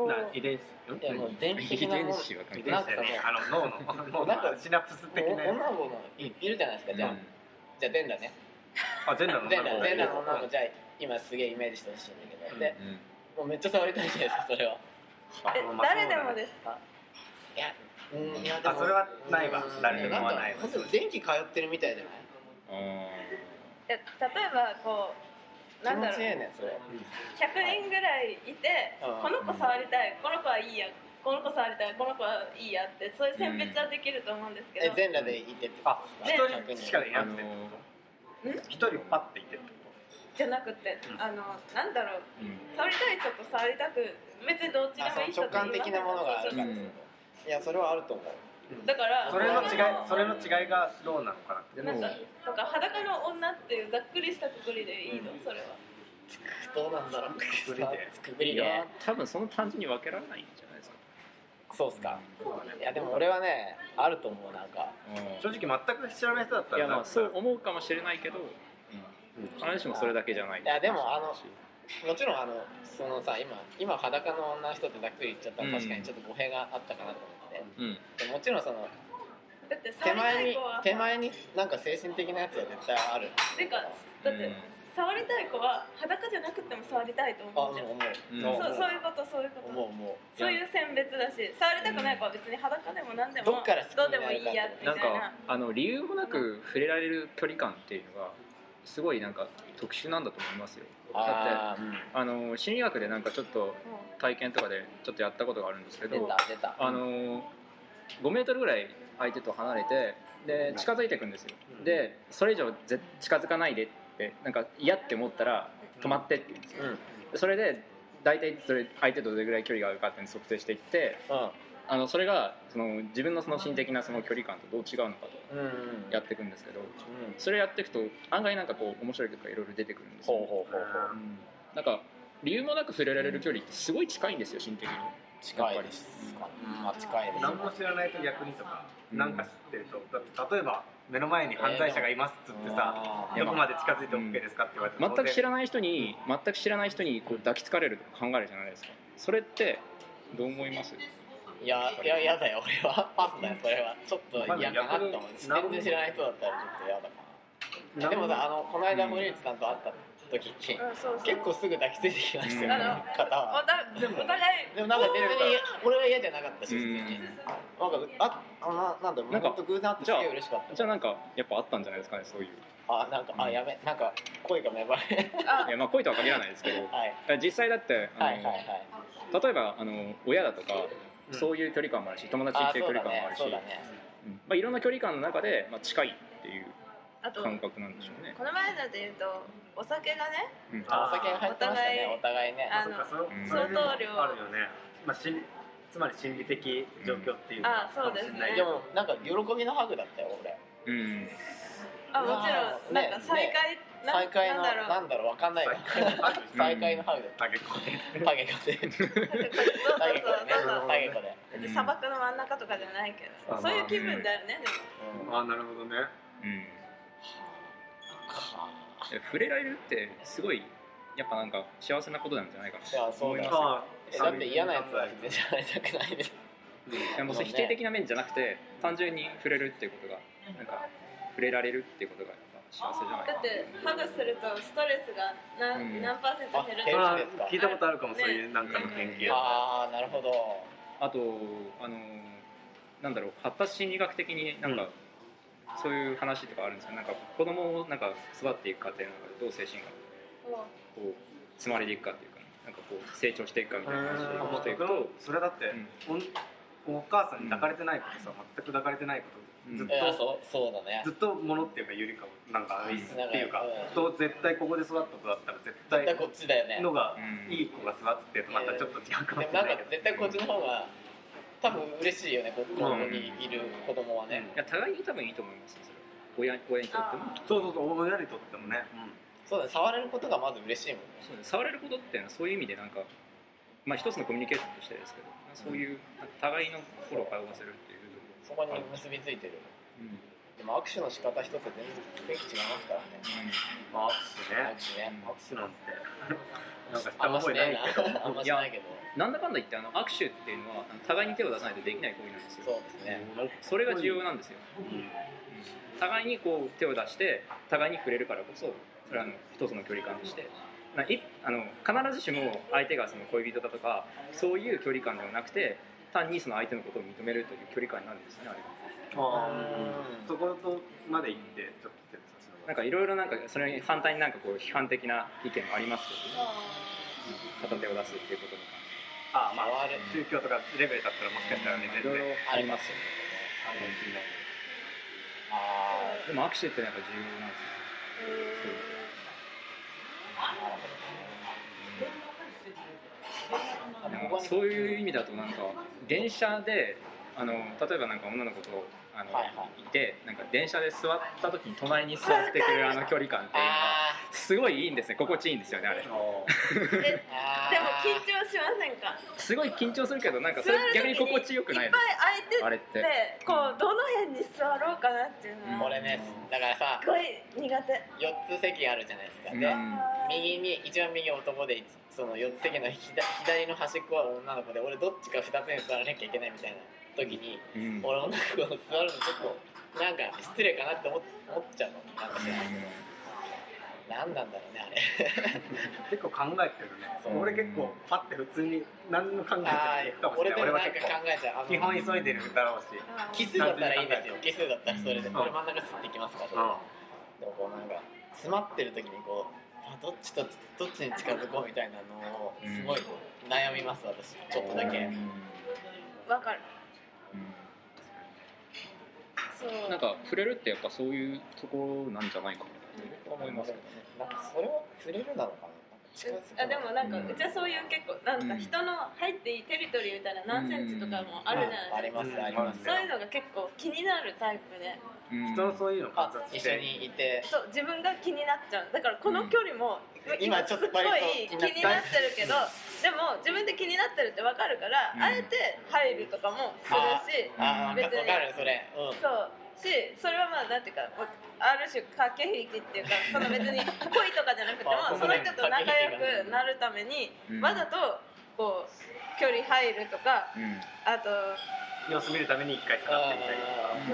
Speaker 3: お
Speaker 5: な
Speaker 3: ー
Speaker 5: 遺伝子
Speaker 1: ういやもう電気的
Speaker 2: 遺
Speaker 1: なも
Speaker 2: 伝
Speaker 1: ん
Speaker 2: 子は関係
Speaker 5: 遺伝
Speaker 2: ない。
Speaker 5: 子だよねあの脳の脳
Speaker 1: なんか
Speaker 5: のシナプス的なや
Speaker 1: 女の子のいいるじゃないですかじゃあ、じゃあ全裸ね
Speaker 5: つあ全裸の
Speaker 1: 全
Speaker 5: 女の
Speaker 1: 裸全
Speaker 5: 子
Speaker 1: 裸の女の子じゃあ今すげえイメージしてほしいんだけど、で
Speaker 2: うん
Speaker 1: もうめっちゃ触りたいじゃないですかそれは
Speaker 5: あ
Speaker 3: え
Speaker 5: まあまあ
Speaker 3: 誰でもですか
Speaker 1: いやうんいや
Speaker 5: あそれはないわ
Speaker 1: うん
Speaker 5: 誰
Speaker 2: でも
Speaker 1: んか
Speaker 5: ないわ
Speaker 1: 本当に電気通ってるみたいじゃない
Speaker 2: あ
Speaker 3: え例えばこう
Speaker 1: 気
Speaker 3: なん
Speaker 1: 持
Speaker 3: だろう
Speaker 1: ちええねんそれ
Speaker 3: 100人ぐらいいて
Speaker 1: うん
Speaker 3: この子触りたいこの子はいいやこの子触りたいこの子はいいやってそういう選別はできると思うんですけ
Speaker 1: え
Speaker 3: ど、
Speaker 1: 全裸でいてって
Speaker 4: あ
Speaker 1: ね
Speaker 4: 一人しかいな
Speaker 2: あ
Speaker 4: く
Speaker 2: の
Speaker 4: て
Speaker 3: ん
Speaker 4: 一人をパッていてって
Speaker 3: じゃなくて
Speaker 4: うん
Speaker 3: あのなんだろ
Speaker 2: う
Speaker 3: う
Speaker 2: ん
Speaker 3: 触りたい人と触りたく別にどっちで
Speaker 1: あそ
Speaker 3: も
Speaker 1: の
Speaker 3: いい人
Speaker 1: 直感的なものがあるから、
Speaker 2: うん
Speaker 1: いやそれはあると思う
Speaker 3: だから
Speaker 4: それの違い
Speaker 3: 裸
Speaker 4: それの違いがどうなのかなって
Speaker 2: で
Speaker 3: なん
Speaker 2: も
Speaker 3: かとか裸の女っていうざっくりしたくくりでいいの、それは
Speaker 1: どうなんだろう
Speaker 4: くくりで
Speaker 1: 作り
Speaker 2: い
Speaker 1: で
Speaker 2: や多分その単純に分けられないんじゃないですか
Speaker 1: そうっすかいやでも俺はねあると思うなんか
Speaker 2: うん
Speaker 4: 正直全く知らない人だった
Speaker 2: い
Speaker 4: ら
Speaker 2: やま
Speaker 4: なん
Speaker 2: あ
Speaker 4: か
Speaker 2: そう思うかもしれないけど
Speaker 4: うん
Speaker 2: 必ずしもそれだけじゃない
Speaker 1: いやでもあのもちろんあのそのさ今今裸の女の人ってざっくり言っちゃったら確かにちょっと語弊があったかなと思って、
Speaker 2: うん
Speaker 1: でもちろんその
Speaker 3: だって触
Speaker 1: 手
Speaker 3: りた
Speaker 1: 前
Speaker 3: い
Speaker 1: に
Speaker 3: 子は
Speaker 1: 手前になんか精神的なやつは絶対ある
Speaker 3: てかだって触りたい子は裸じゃなくても触りたいと
Speaker 1: あ
Speaker 3: 思
Speaker 1: も
Speaker 3: うじゃ
Speaker 1: う
Speaker 3: ん
Speaker 2: うん
Speaker 1: 思う
Speaker 3: そうそういうことそういうこと
Speaker 1: 思う思う
Speaker 3: そういう選別だし触りたくない子は別に裸でも何でも
Speaker 1: どっから好きにな
Speaker 3: ど
Speaker 1: る
Speaker 3: う
Speaker 1: か
Speaker 3: でもいいやみ
Speaker 2: な
Speaker 3: た
Speaker 2: いんか
Speaker 3: な
Speaker 2: あの理由もなく触れられる距離感っていうのがすごいなんか特殊なんだと思いますよだって
Speaker 1: あーうん
Speaker 2: あの心理学でなんかちょっと
Speaker 3: う
Speaker 2: 体験とかでちょっとやったことがあるんですけ
Speaker 1: 出
Speaker 2: ど
Speaker 1: た出た
Speaker 2: あの5メートルぐらい相手と離れてで近づいていくんですよ
Speaker 4: うん
Speaker 2: でそれ以上ぜ近づかないでってなんか嫌って思ったら止まってって言うんですよ
Speaker 1: うんうん
Speaker 2: それで大体それ相手とどれぐらい距離があるかっていうのを測定していってあのそれがその自分のその心的なその距離感とどう違うのかと
Speaker 1: うんうん
Speaker 2: やっていくんですけど
Speaker 1: うん
Speaker 2: それやっていくと案外なんかこう面白い曲がいろいろ出てくるんですよ
Speaker 1: ほうほうほうほう
Speaker 2: うんなんか理由もなく触れられる距離ってすごい近いんですよ心的に
Speaker 1: 近いですかうんまあ近いです
Speaker 4: 何も知らないと逆にとか
Speaker 2: うん
Speaker 4: なんか知ってるとだって例えば目の前に犯罪者がいますっつってさ
Speaker 1: あー
Speaker 4: どこまで近づいて OK ですかって言われて
Speaker 2: 全く知
Speaker 4: ら
Speaker 2: らない人に全く知らない人にこう抱きつかれるとか考えるじゃないですかそれってどう思います
Speaker 1: いやいや嫌だよ俺はパスだよそれはちょっと嫌かなって思う全然知らない人だったらちょっと嫌だかなでもさあのこの間堀内さんと会った時に
Speaker 3: んうんそうそう
Speaker 1: 結構すぐ抱きついてきましたよ
Speaker 2: うん
Speaker 1: あの方
Speaker 3: お
Speaker 1: は
Speaker 3: たお互い
Speaker 1: でもなんか全然俺は嫌じゃなかったし普通に
Speaker 2: うん
Speaker 1: なんかああななんだろう
Speaker 2: なんか
Speaker 1: 本当偶然会ってすげえ嬉しかった
Speaker 2: じゃあなんかやっぱあったんじゃないですかねそういう
Speaker 1: あなんか、あやべなんか声が芽生え
Speaker 3: あ
Speaker 2: いやまあ恋とは限らないですけどだか
Speaker 1: はい
Speaker 2: ら実際だってあの、
Speaker 1: はいはいはい
Speaker 2: 例えばあの親だとか、そういう距離感もあるし友達
Speaker 1: あ
Speaker 2: っていう
Speaker 1: そ
Speaker 2: 距
Speaker 1: うだ
Speaker 2: 離感もあ
Speaker 1: ね
Speaker 2: るし
Speaker 1: そうだね
Speaker 2: うんまあ、いろんな距離感の中で、まあ、近いっていう
Speaker 3: あとこ
Speaker 2: 感覚なんでしょうね、
Speaker 3: の前ので言うとお酒がね
Speaker 2: うん
Speaker 1: あお酒が入ってましたねお互いね
Speaker 3: あ
Speaker 4: そっかその
Speaker 2: うん
Speaker 4: それでも
Speaker 3: 相当量
Speaker 4: あるよねまあ心理つまり心理的状況っていうの
Speaker 3: あそうです
Speaker 4: かもしれない
Speaker 3: ね
Speaker 1: でもなんか喜びのハグだったよ俺
Speaker 2: うん
Speaker 3: あもちろんなんか再会な
Speaker 1: 再会の
Speaker 3: なんだろ
Speaker 1: なんだろうわかんないわ
Speaker 4: 最近ある
Speaker 2: うん
Speaker 1: 再会のハグだ
Speaker 4: だ
Speaker 1: っ
Speaker 4: けどね
Speaker 1: たハゲコで
Speaker 3: うそうそうそう
Speaker 1: ハゲコでね
Speaker 3: そう
Speaker 1: ハゲコで
Speaker 3: 別に砂漠の真ん中とかじゃないけど、
Speaker 4: うん
Speaker 3: そういう気分だよね、でも
Speaker 1: うん
Speaker 4: あなるほどね
Speaker 2: うん
Speaker 1: か
Speaker 2: で触れられるってすごいやっぱなんか幸せなことなんじゃないかない
Speaker 1: やそうだよ
Speaker 4: あ
Speaker 1: えだって嫌なやつは全然会いたくないみたい
Speaker 2: いやもうそれ否定的な面じゃなくて単純に触れるっていうことがなんか触れられるっていうことがやっぱ幸せじゃないか
Speaker 3: だ
Speaker 2: な
Speaker 3: ってハグするとストレスが何,、
Speaker 2: うん
Speaker 3: 何パーセント減る
Speaker 1: あ
Speaker 4: それ
Speaker 1: 減る
Speaker 4: は
Speaker 1: マジですか
Speaker 4: 聞いたことあるかも
Speaker 3: ね
Speaker 4: そういうなんかの研究
Speaker 1: なああなるほど
Speaker 2: あとあのなんだろう発達心理学的になんか、
Speaker 4: うん
Speaker 2: そういう話とかあるんですけどなんか子供をなんか育っていく過程の中でどう精神が
Speaker 3: も
Speaker 2: こう積まれていくかっていうか、なんかこう成長していくかみたいな話
Speaker 1: うん
Speaker 2: をしていく
Speaker 4: 僕の
Speaker 2: と、
Speaker 4: それだって
Speaker 2: う
Speaker 4: お
Speaker 2: ん
Speaker 4: お母さんに抱かれてないことさ全く抱かれてないことずっ
Speaker 1: いや
Speaker 4: と
Speaker 1: そうそうだね
Speaker 4: ずっとものっていうかゆりかもなんか椅子っていうか
Speaker 1: うん
Speaker 4: と絶対ここで育った子だったら絶
Speaker 1: 絶対
Speaker 4: 対
Speaker 1: こっちだよね
Speaker 4: のが
Speaker 2: うん
Speaker 4: いい子が育つっていうとまたちょっと違うかもしれ
Speaker 1: でもなん
Speaker 4: ない
Speaker 1: か
Speaker 4: けど
Speaker 1: 絶対こっちの方が多分嬉しいよねこ子供にいる子供はね、
Speaker 2: いや互いに多分いいと思いますよ。それは親親にとっても
Speaker 3: あ
Speaker 4: そうそうそう親にとってもね
Speaker 1: そうだね触れることがまず嬉しいもんね
Speaker 2: そうね触れることっていうのはそういう意味でなんか、まあ一つのコミュニケーションとしてですけど、そういうなんか互いの心を通わせるっていう
Speaker 1: そこに結びついてる
Speaker 2: 部分。うん
Speaker 1: でも握手の仕方一つで全然雰囲気違いますからね
Speaker 4: まあ握
Speaker 1: 握
Speaker 4: 手
Speaker 1: 手ね
Speaker 4: ね握手なんてなんかし
Speaker 1: あ
Speaker 4: た
Speaker 1: んまし
Speaker 4: 覚え
Speaker 1: な
Speaker 4: ないい
Speaker 1: な
Speaker 4: けど
Speaker 1: あんましないけど
Speaker 2: なんだかんだ言ってあの握手っていうのはあの互いに手を出さないとできない行為なんですよ。
Speaker 1: そうですね
Speaker 4: なんか
Speaker 2: それが重要なんですよ。
Speaker 4: うん
Speaker 2: 互いにこう手を出して互いに触れるからこそそれはあの一つの距離感としてないあの必ずしも相手がその恋人だとかそういう距離感ではなくて単にその相手のことを認めるという距離感になるんですねあれは
Speaker 4: あーそことまで行ってちょっと手差し伸
Speaker 2: なんかいろいろなんかそれに反対になんかこう批判的な意見もありますけど、ね、片手を出すっていうことに
Speaker 4: ああまあ
Speaker 1: 触る
Speaker 4: 宗教とかレベルだったらもしかしたらね
Speaker 2: い
Speaker 4: 全
Speaker 2: ろいろ
Speaker 4: 然
Speaker 2: ありますよね
Speaker 1: あれ気になるあ
Speaker 2: でも握手ってやっぱ重要なんですよ
Speaker 1: あなるほどね
Speaker 2: なんかそういう意味だとなんか電車であの例えばなんか女の子とあの、
Speaker 1: はい
Speaker 2: い
Speaker 1: は
Speaker 2: てなんか電車で座った時に隣に座ってくれるあの距離感っていうのは
Speaker 1: あ
Speaker 2: すごいいいんですね心地いいんですよねあれ
Speaker 3: え
Speaker 1: ーあー
Speaker 3: でも緊張しませんか
Speaker 2: すごい緊張するけどなんかそれ逆に心地よくないい
Speaker 3: っ
Speaker 2: の
Speaker 3: ぱ
Speaker 2: あ
Speaker 3: い空
Speaker 2: れ
Speaker 3: い
Speaker 2: って
Speaker 3: ててこうどの辺に座ろうかなっていうのは
Speaker 1: 俺ねだからさ
Speaker 3: すごい苦手
Speaker 1: 四つ席あるじゃないですか、
Speaker 2: うん
Speaker 1: で右に一番右男でその四つ席の左左の端っこは女の子で俺どっちか二つに座らなきゃいけないみたいな時に
Speaker 2: うん
Speaker 1: 俺女の子の座るのちょっとなんか失礼かなって思っ思っちゃうのなんか知らないけど何なんだろうねあれ
Speaker 5: 結構考えてるね
Speaker 1: そう
Speaker 5: 俺結構パッて普通に何の考えて
Speaker 1: あ
Speaker 5: ないか
Speaker 1: あ
Speaker 5: も
Speaker 1: 俺
Speaker 5: しれな
Speaker 1: でも
Speaker 5: い俺
Speaker 1: なん
Speaker 5: は
Speaker 1: か
Speaker 5: 結構
Speaker 1: 考えちゃうあの
Speaker 4: 基本急いでるだろうし
Speaker 1: 奇数だったらいいんですよ奇数だったらそれで
Speaker 4: うん
Speaker 1: 俺真ん中吸ってきますから、
Speaker 4: う
Speaker 1: でもこうなんか詰まってる時にこうあどっちとどっちに近づこうみたいなのをすごい悩みます私ちょっとだ
Speaker 2: う
Speaker 1: け
Speaker 2: ん
Speaker 3: わかる
Speaker 2: うんなんか触れるってやっぱそういうところなんじゃないかなと思いますけどね
Speaker 1: なんかそれは触れるなのかななんか近づく
Speaker 3: あでもなんか
Speaker 2: うん
Speaker 3: うちはそういう結構なんか人の入っていいテリトリーみたいな何センチとかもあるじゃ
Speaker 1: あ
Speaker 3: ない
Speaker 1: り
Speaker 3: です
Speaker 1: ますありま
Speaker 3: か
Speaker 1: す
Speaker 3: そういうのが結構気になるタイプで
Speaker 2: うん
Speaker 4: 人のそういうの観
Speaker 1: あ
Speaker 4: 察
Speaker 1: 一
Speaker 4: し
Speaker 1: 緒
Speaker 4: て
Speaker 1: にいて
Speaker 3: そう自分が気になっちゃうだからこの距離も、
Speaker 1: ん今ちょっと
Speaker 3: すご
Speaker 1: 割
Speaker 3: い気
Speaker 1: と
Speaker 3: になってるけどでも自分で気になってるって分かるから、
Speaker 2: うん
Speaker 3: あえて入るとかもするし
Speaker 1: あーわか
Speaker 3: 別
Speaker 1: わ
Speaker 3: に
Speaker 1: かるそれうん
Speaker 3: そうしそれはまあなんていうかある種駆け引きっていうかその別に恋とかじゃなくて
Speaker 1: あ
Speaker 3: もその人と仲良くなるために
Speaker 2: うん
Speaker 3: わざとこう距離入るとか
Speaker 2: うん
Speaker 3: あと
Speaker 4: 様子見るために一回下がって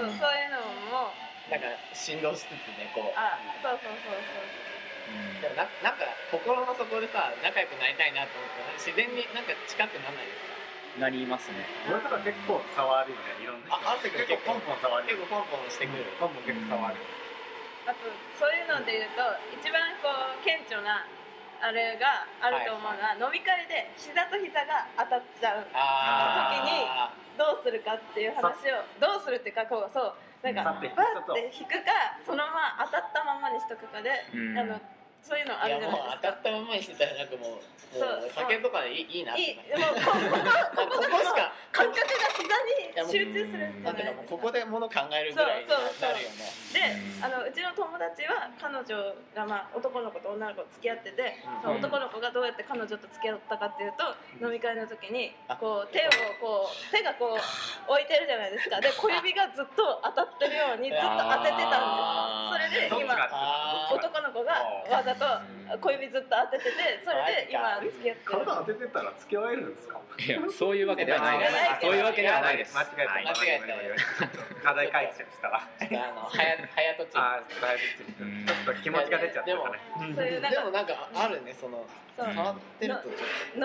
Speaker 4: みたり
Speaker 1: あ
Speaker 3: そうそういうのも
Speaker 1: ーなんか振動しつつねこう
Speaker 3: あそうそうそうそう。
Speaker 1: でもななんか心の底でさ仲良くなりたいなと思って自然になんか近くならないです
Speaker 2: なりますね
Speaker 4: 俺とか結構触るよねいろんな
Speaker 1: かあある時
Speaker 4: 結
Speaker 1: 結
Speaker 4: 構ポン
Speaker 1: 構
Speaker 4: ポン触る
Speaker 1: 結構ポンポンしてくる、
Speaker 4: ポンポン結構触る
Speaker 3: あとそういうので言うと一番こう顕著なあれがあると思うのは、飲み会で膝と膝が当たっちゃう
Speaker 1: ああ
Speaker 3: どうするかっていう話をどうするっていうかこうそうなんか
Speaker 4: さ
Speaker 3: バ
Speaker 4: て
Speaker 3: ッ
Speaker 4: 引くこと
Speaker 3: て引くかそのまま当たったままにしとくかで、
Speaker 2: うん
Speaker 3: あのそういうのあ
Speaker 1: いや
Speaker 3: るじゃ
Speaker 1: もう
Speaker 3: ない
Speaker 1: 当た
Speaker 3: ですか
Speaker 1: ったままにしてたらなんかもうも
Speaker 3: そ
Speaker 1: う
Speaker 3: う
Speaker 1: 酒とかでいいいいなって
Speaker 3: いいもう
Speaker 1: なん
Speaker 3: ここ
Speaker 1: かここ
Speaker 3: ここ
Speaker 1: しか
Speaker 3: 感覚が膝に集中するんじ
Speaker 1: な
Speaker 3: ゃ
Speaker 1: んてい
Speaker 3: ない
Speaker 1: うかもう
Speaker 3: です
Speaker 1: ここで物
Speaker 3: か
Speaker 1: 考えるぐらいになるよね
Speaker 3: であのうちの友達は彼女が、まあ、男の子と女の子と付き合ってて、その男の子がどうやって彼女と付き合ったかっていうと、飲み会の時にこう手をこう手がこう置いてるじゃないですかで小指がずっと当たってるようにずっと当ててたんです
Speaker 4: ど
Speaker 3: それで
Speaker 4: っち
Speaker 3: 今
Speaker 4: が
Speaker 1: あー
Speaker 3: 男の子がわざと小指ずっと当てててそれで今付き合ってる
Speaker 5: 体当ててたら付き合えるんですか
Speaker 2: いやそういうわけではないです
Speaker 3: あー
Speaker 2: そういうわけではないです
Speaker 4: 間違えた
Speaker 1: 間違え
Speaker 4: た課題解釈したら
Speaker 1: あの早早とちり
Speaker 4: あーだいぶちょっと気持ちが出ちゃったかね
Speaker 3: そういうなん
Speaker 1: でも
Speaker 3: か
Speaker 1: なんかあるねその
Speaker 3: そう
Speaker 1: 触ってるとちょ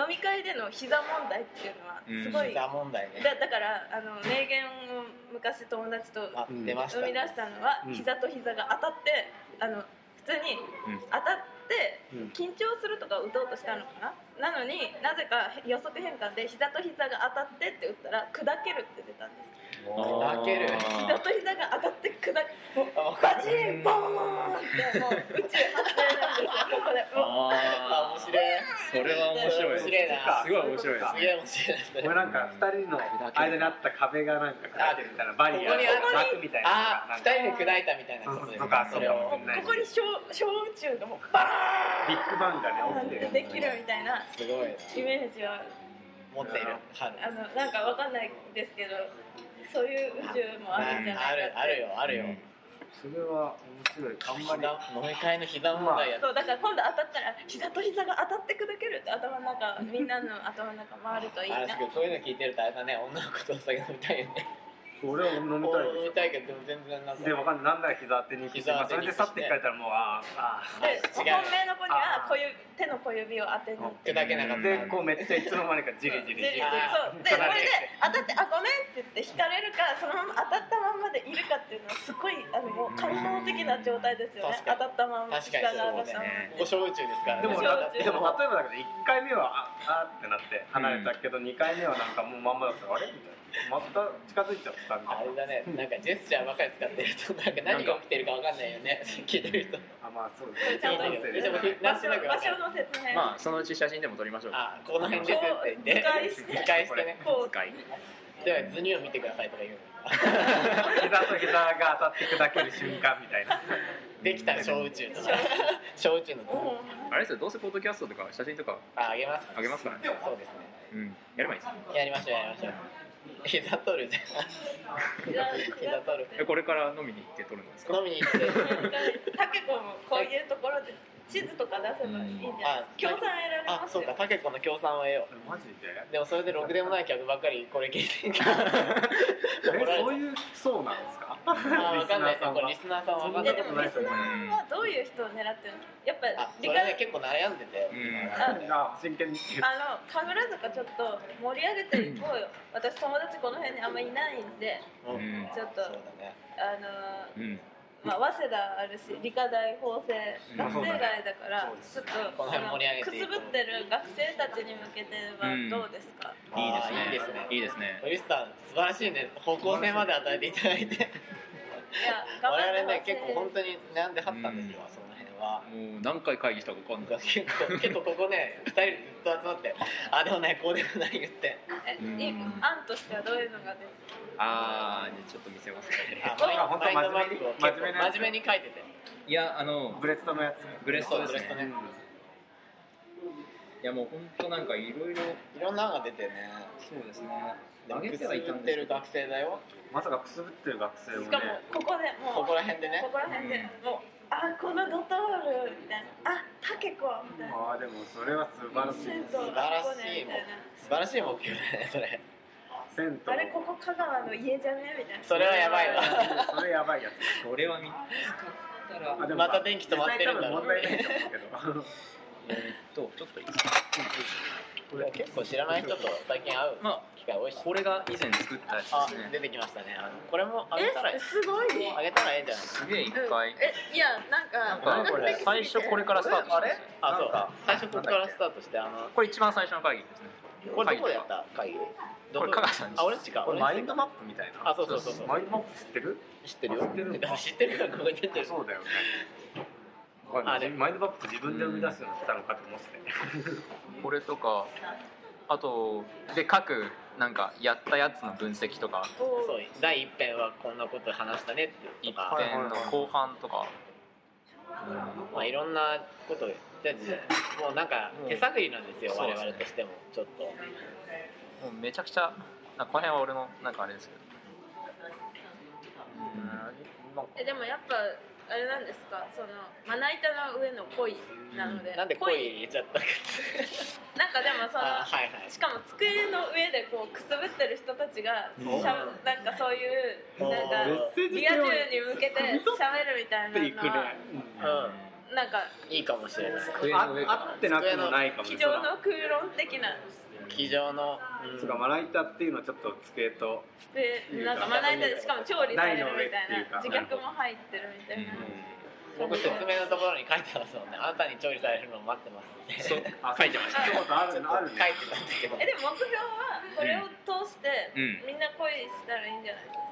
Speaker 1: っ
Speaker 3: 飲み会での膝問題っていうのはす
Speaker 1: と
Speaker 3: ごい、
Speaker 1: 膝問題ね
Speaker 3: だだからあの名言を昔友達と
Speaker 1: あ出まし
Speaker 3: 生
Speaker 1: た
Speaker 3: み出したのは
Speaker 5: うん
Speaker 3: 膝と膝が当たってあの普通に
Speaker 2: うん
Speaker 3: 当たって
Speaker 5: うん
Speaker 3: 緊張するとか打とうとしたのかななのになぜか予測変換で膝と膝が当たってって打ったら砕けるって出たんです
Speaker 1: 泣ける
Speaker 3: 膝と膝が当たって砕け
Speaker 1: あ
Speaker 3: バチンボーンってもう宇宙発生なんですよここでもう
Speaker 1: あ
Speaker 2: あ
Speaker 1: 面白い
Speaker 2: ーそれは面白い
Speaker 1: 面白いな
Speaker 2: すごい面白いです
Speaker 1: すげえ面白いですね
Speaker 5: 俺なんか2人の間にあった壁がなんか
Speaker 1: あ
Speaker 5: あ
Speaker 1: で
Speaker 5: る
Speaker 1: も
Speaker 5: みたいなバリア
Speaker 1: ここにある
Speaker 4: 枠みたいな
Speaker 1: あ
Speaker 4: のが
Speaker 1: あ
Speaker 4: なん
Speaker 1: 二
Speaker 4: か
Speaker 1: 人で砕いたみたいなことです
Speaker 4: とか
Speaker 1: それを
Speaker 4: そうかもしれない
Speaker 3: ここに小小宇宙がもうバ
Speaker 5: ビッグバンが
Speaker 3: ーンっ
Speaker 5: ね起き
Speaker 3: てでき
Speaker 5: てる
Speaker 3: るみたいな
Speaker 1: すごいな
Speaker 3: イメージは
Speaker 1: 持っている春
Speaker 3: あのなんかわかんないですけどそういう宇宙もあるんじゃ
Speaker 1: あ
Speaker 3: ない
Speaker 1: る
Speaker 3: か
Speaker 1: あ
Speaker 3: って
Speaker 1: るよあるよ
Speaker 5: それは面白いあんま
Speaker 1: 膝飲
Speaker 5: り
Speaker 1: み会の膝問題やって
Speaker 3: そうだから今度当たったら膝と膝が当たって砕けるって頭の中みんなの頭の中回るといい
Speaker 1: あれで
Speaker 3: な
Speaker 1: すけどこういうの聞いてるとあれだね女の子とお酒飲みたいよね
Speaker 3: そう
Speaker 5: 俺は飲みたい
Speaker 1: 飲み
Speaker 5: で
Speaker 1: たいけどでも全然なん
Speaker 5: すでわ
Speaker 1: か
Speaker 5: かんないなんだ膝当てに行くし
Speaker 1: 膝
Speaker 5: まあ
Speaker 1: 当て
Speaker 5: それ
Speaker 1: に
Speaker 5: で去っていかれたらもうあああ
Speaker 3: で
Speaker 1: 違う
Speaker 3: 本命の子には小指手の小指を当てに行って
Speaker 1: 砕けなかっ
Speaker 5: あで
Speaker 1: た
Speaker 5: こうめっちゃいつの間にかじりじり
Speaker 1: ジリ
Speaker 3: そうでこれで当たって「あごめん」って言って引かれるかそのまま当たったまんまでいるかっていうのはすごいあのもう感動的な状態ですよね
Speaker 1: 確か
Speaker 3: 当
Speaker 1: に
Speaker 3: たったまんま
Speaker 1: 確かにそう
Speaker 3: 膝が当たっ
Speaker 1: です
Speaker 3: たまん
Speaker 1: こ
Speaker 3: ま
Speaker 1: こ小宇宙ですからね
Speaker 3: 小宇
Speaker 5: でもだでも例えばだけど1回目はああーってなって離れたけど2回目はなんかもうまんまだったからあれみたいなまた近づいちゃったみ
Speaker 1: あ
Speaker 5: たい
Speaker 1: れ
Speaker 5: な
Speaker 1: だねなんかジェスチャーばかり使ってるとなんか何が起きてるかわかんないよね聞いてる人
Speaker 5: あまあそうですね
Speaker 3: ちゃんと
Speaker 5: 音声で
Speaker 1: でもなんと
Speaker 3: 場所
Speaker 1: なく
Speaker 3: 場所の説明、
Speaker 2: まあそのうち写真でも撮りましょう
Speaker 1: あこの辺ですって言って
Speaker 3: こう迂
Speaker 1: 迂回し
Speaker 3: 回して
Speaker 1: てねでは
Speaker 2: 使い
Speaker 3: こう
Speaker 1: 図にを見てくださいとか言うの
Speaker 5: 膝と膝が当たって砕ける瞬間みたいな
Speaker 1: できたら小宇宙とか 小宇宙の図
Speaker 3: うん
Speaker 2: あれですよどうせポッドキャストとか写真とか
Speaker 1: ああげます
Speaker 2: あげますからね
Speaker 1: そうですね
Speaker 2: うんやればいいですよ
Speaker 1: やりましょうやりましょう膝取るじ
Speaker 3: 膝
Speaker 1: 膝取る
Speaker 2: えこれから飲みに行って撮るんです
Speaker 1: ゃん
Speaker 2: か
Speaker 1: 飲みに行って
Speaker 3: タケコもこういうところで地図とか出せばいいんじゃないですか共産得られ
Speaker 1: あ
Speaker 3: ます
Speaker 1: そう
Speaker 3: よ
Speaker 1: かタケコの協賛を得よ
Speaker 5: マジで
Speaker 1: うでもそれでろくでもない客ばっかりこれ聞いてるから
Speaker 5: えそういうそうなんですか
Speaker 1: あわかんないですこれリスナーさんはわかん
Speaker 3: い
Speaker 1: な
Speaker 3: や
Speaker 1: い
Speaker 3: で
Speaker 1: です
Speaker 3: もリスナーはどういう人を狙ってるのやっぱ
Speaker 1: あそ
Speaker 3: 理
Speaker 1: れね
Speaker 3: 解
Speaker 1: 結構悩んでて
Speaker 2: うん
Speaker 5: あ真剣に言って
Speaker 3: あの神楽坂ちょっと盛り上げていこうよ私友達この辺にあんまいないんで
Speaker 1: うん
Speaker 2: うん
Speaker 3: ちょっと
Speaker 1: そうだね
Speaker 3: あのー
Speaker 2: うん
Speaker 3: まあ、早稲田あるし理科大法政学生街だから、
Speaker 5: うん
Speaker 3: ちょっと
Speaker 1: この辺盛り上げ
Speaker 3: く
Speaker 1: てい
Speaker 3: す
Speaker 1: こう
Speaker 3: ぶってる学生たちに向けてはどうですか、
Speaker 2: いいです
Speaker 1: あー
Speaker 2: ね
Speaker 1: いいですね
Speaker 2: いいですね
Speaker 1: ゆしさん素晴らしいね方向性まで与えていただいて
Speaker 3: いや頑
Speaker 1: 我
Speaker 3: 張って
Speaker 1: 々ね
Speaker 3: ほしい
Speaker 1: 結構本当に悩んではったんですよ、
Speaker 2: うん
Speaker 1: その辺は。
Speaker 2: もう何回会議したか分かんない
Speaker 1: 結構結構ここね2人でずっと集まってあでもないこうでもない言って
Speaker 3: え
Speaker 2: うん
Speaker 3: いい案としてはどういうのが出てる
Speaker 2: あーちょっと見せますかね
Speaker 1: あマイ
Speaker 5: あ本当
Speaker 1: マインドマップを結
Speaker 5: 真面目な
Speaker 1: 構真面目に書いてて
Speaker 2: いやあの
Speaker 5: ブレストのやつ
Speaker 2: ブレストです
Speaker 1: そうブレスト
Speaker 2: ね
Speaker 1: ね
Speaker 2: いやもう本当なんかいろいろ
Speaker 1: いろんなのが出てね
Speaker 2: そうですね
Speaker 1: でも
Speaker 2: 上
Speaker 1: くす
Speaker 2: げて
Speaker 1: ぶ
Speaker 2: はいた
Speaker 1: っ
Speaker 2: ん
Speaker 1: て
Speaker 2: です
Speaker 1: る
Speaker 2: けど
Speaker 1: 学生だよ
Speaker 5: まさかくすぶってる学生を
Speaker 3: しかも
Speaker 5: ね
Speaker 3: ここでも
Speaker 1: こ
Speaker 3: う
Speaker 1: こら辺でね
Speaker 3: ここら辺でもうあこのドトールみたいなあタケコみたいな
Speaker 5: ああでもそれは素晴らしい
Speaker 3: 銭湯
Speaker 1: 素晴ら
Speaker 3: ここ
Speaker 1: しい
Speaker 3: ねみたいな
Speaker 1: 素晴らしい目標だねそれ
Speaker 5: 銭湯
Speaker 3: あれここ香川の家じゃねみたいな
Speaker 1: それはやばいわ
Speaker 5: それやばいやつ
Speaker 2: これは見つかったら
Speaker 5: あでも
Speaker 1: また電気止まってるんだろう
Speaker 5: 実際多分問題ないと思うけど
Speaker 2: えーっとちょっといいですか
Speaker 1: いや結構知らない人と最近会う
Speaker 2: まあ
Speaker 1: 機会多いし
Speaker 2: これが以前作ったやつ
Speaker 1: あ
Speaker 2: ですね
Speaker 1: 出てきましたねあのこれもあげたら
Speaker 3: えすごいね
Speaker 1: あげたらええんじゃない
Speaker 2: すげえいっぱい
Speaker 3: えいやなん
Speaker 2: なん
Speaker 3: か
Speaker 2: か
Speaker 1: これ
Speaker 2: 最初これからスタートしたんですよ
Speaker 1: あそう
Speaker 5: なんか
Speaker 1: 最初ここからスタートしてあの
Speaker 2: これ一番最初の会議ですね
Speaker 1: これどこでやった会議ど
Speaker 2: これ香川さんに
Speaker 1: あ俺っちか
Speaker 5: こ
Speaker 1: 俺んち
Speaker 5: れマインドマップみたいな
Speaker 1: あそうそうそうそう
Speaker 5: マインドマップ知ってる
Speaker 1: 知ってるよ
Speaker 5: 知ってるの
Speaker 1: 知ってるよここに出てる
Speaker 5: そうだよね
Speaker 1: あで
Speaker 5: マインドマップ自分で生み出すようになったのかと思って
Speaker 2: これとかあとで各なんかやったやつの分析とか
Speaker 1: そう第一編はこんなこと話したねっていう
Speaker 2: 一
Speaker 1: とか
Speaker 5: い
Speaker 2: 編の後半とか
Speaker 1: まあいろんなことじゃあもうなんか手探りなんですよ
Speaker 2: そう
Speaker 1: 我
Speaker 2: ですね
Speaker 1: 々としてもちょっと
Speaker 2: もうめちゃくちゃなんかこの辺は俺のなんかあれですけど
Speaker 3: えでもやっぱあれなんですかそのまな板の上の恋なので
Speaker 1: なんで恋入れ
Speaker 3: 恋
Speaker 1: ちゃったか
Speaker 3: なんかでもそ
Speaker 1: あ
Speaker 3: の
Speaker 1: はいはい
Speaker 3: しかも机の上でこうくすぶってる人たちが
Speaker 5: うん
Speaker 3: しゃなんかそういう
Speaker 1: おー
Speaker 3: なんか
Speaker 5: メッセージ
Speaker 3: リア充に向けて喋るみたい
Speaker 5: ってい
Speaker 3: な
Speaker 5: くね
Speaker 3: のはなんか
Speaker 1: うんいいかもしれない
Speaker 5: ああってなくもないかも
Speaker 3: 机
Speaker 5: れ
Speaker 3: 上
Speaker 5: ない
Speaker 3: の空論的な
Speaker 1: 机上のうん
Speaker 5: そうかまな板っていうのはちょっと机と
Speaker 3: 机なんかまな板でしかも調理されるみたいな
Speaker 5: ないの上って
Speaker 3: 自
Speaker 5: いうか
Speaker 3: 虐も入ってるみたいな
Speaker 1: 僕説明のところに書いてますもんねあなたに調理されるのを待ってますって
Speaker 2: そう
Speaker 5: あ
Speaker 2: 書いてました
Speaker 5: そういうことあるのある
Speaker 1: 書い
Speaker 5: ね
Speaker 1: てたんだけど
Speaker 3: えでも目標はこれを通して
Speaker 2: うん
Speaker 3: みんな恋したらいいんじゃないですか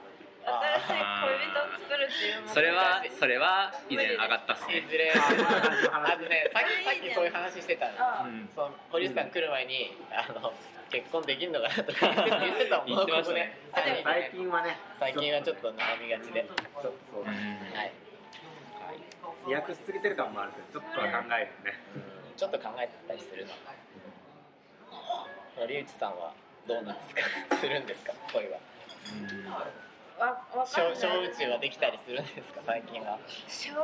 Speaker 1: あー
Speaker 3: 新しい恋人を作るっていう目標
Speaker 2: それはそれは以前上がったっす
Speaker 1: い
Speaker 2: ね
Speaker 1: ずれあのねさっきさっきそういう話してたの
Speaker 3: あ
Speaker 2: う
Speaker 3: ー
Speaker 2: ん
Speaker 1: その堀内さん来る前に、あの結婚できんのかなとか言ってたもん、
Speaker 2: 言ってましたね
Speaker 1: ここで
Speaker 3: あでも
Speaker 5: 最近はね
Speaker 1: 最近はちょっと悩みがちで、
Speaker 5: ちょっとそう
Speaker 2: うん
Speaker 1: はい、
Speaker 5: 飛躍しすぎてる感もあるけどちょっとは考えるね
Speaker 1: ちょっと考えたりするな。堀内さんはどうなんですか、するんですか、恋は。
Speaker 3: わわか
Speaker 1: 小
Speaker 3: んない
Speaker 1: 小宇宙はできたりするんですか、最近は。
Speaker 3: 小宇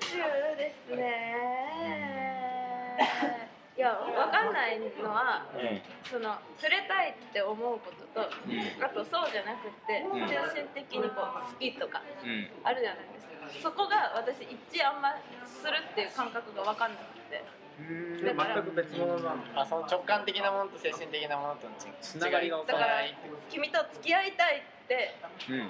Speaker 3: 宙ですねいやわかんないのは
Speaker 2: うんうん
Speaker 3: その触れたいって思うこととあとそうじゃなくって
Speaker 2: うん
Speaker 3: 精神的にこう好きとか
Speaker 2: うん
Speaker 3: あるじゃないですかそこが私一致あんまするっていう感覚が分かんなくて
Speaker 4: で
Speaker 3: だか
Speaker 4: 全
Speaker 3: ら
Speaker 4: く別物なの
Speaker 1: あその直感的なものと精神的なものとの違い
Speaker 4: つながりが分
Speaker 3: だから
Speaker 1: 違い
Speaker 3: 君と付き合いたいって
Speaker 2: うん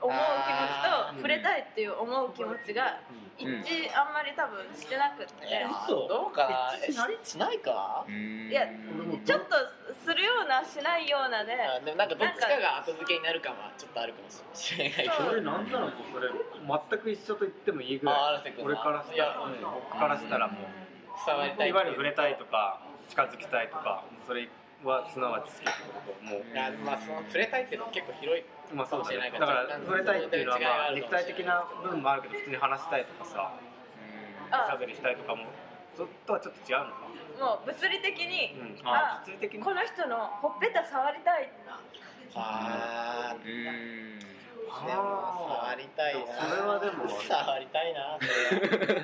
Speaker 3: 思う気持
Speaker 1: あ
Speaker 3: ち
Speaker 1: ー
Speaker 3: と触れたいっていう思う気持ちが一
Speaker 2: うん
Speaker 3: 致あんまり多分してなくって、
Speaker 1: いやどうかなえししないか
Speaker 2: うん
Speaker 3: いやちょっとするようなしないようなで、
Speaker 1: あでもなんかどっちかが後付けになる感はちょっとあるかもしれないけど
Speaker 3: そう
Speaker 5: 俺なんなのそれ全く一緒と言ってもいいぐ
Speaker 1: あ
Speaker 5: らい
Speaker 1: 荒瀬君
Speaker 5: 俺からしたら、
Speaker 1: い
Speaker 5: うん
Speaker 1: や
Speaker 5: 僕からしたらもう
Speaker 1: 伝わりたい
Speaker 5: いわゆる触れたいとか近づきたいとかそれはすなわち好きってことも
Speaker 1: いやまあその触れたいっていうのは結構広い
Speaker 5: うんまあそうだねだから触れたいっていうのはまあ肉体的な部分もあるけど普通に話したいとかさ
Speaker 3: あ
Speaker 5: おしゃべりしたいとかもそれとはちょっと違うのか
Speaker 3: もう物理的に
Speaker 5: うん
Speaker 3: あ
Speaker 5: 物理的に
Speaker 3: この人のほっぺた触りたい
Speaker 1: あー
Speaker 2: うん
Speaker 1: でも触りたいな
Speaker 5: それはでも
Speaker 1: 触りたいなそれは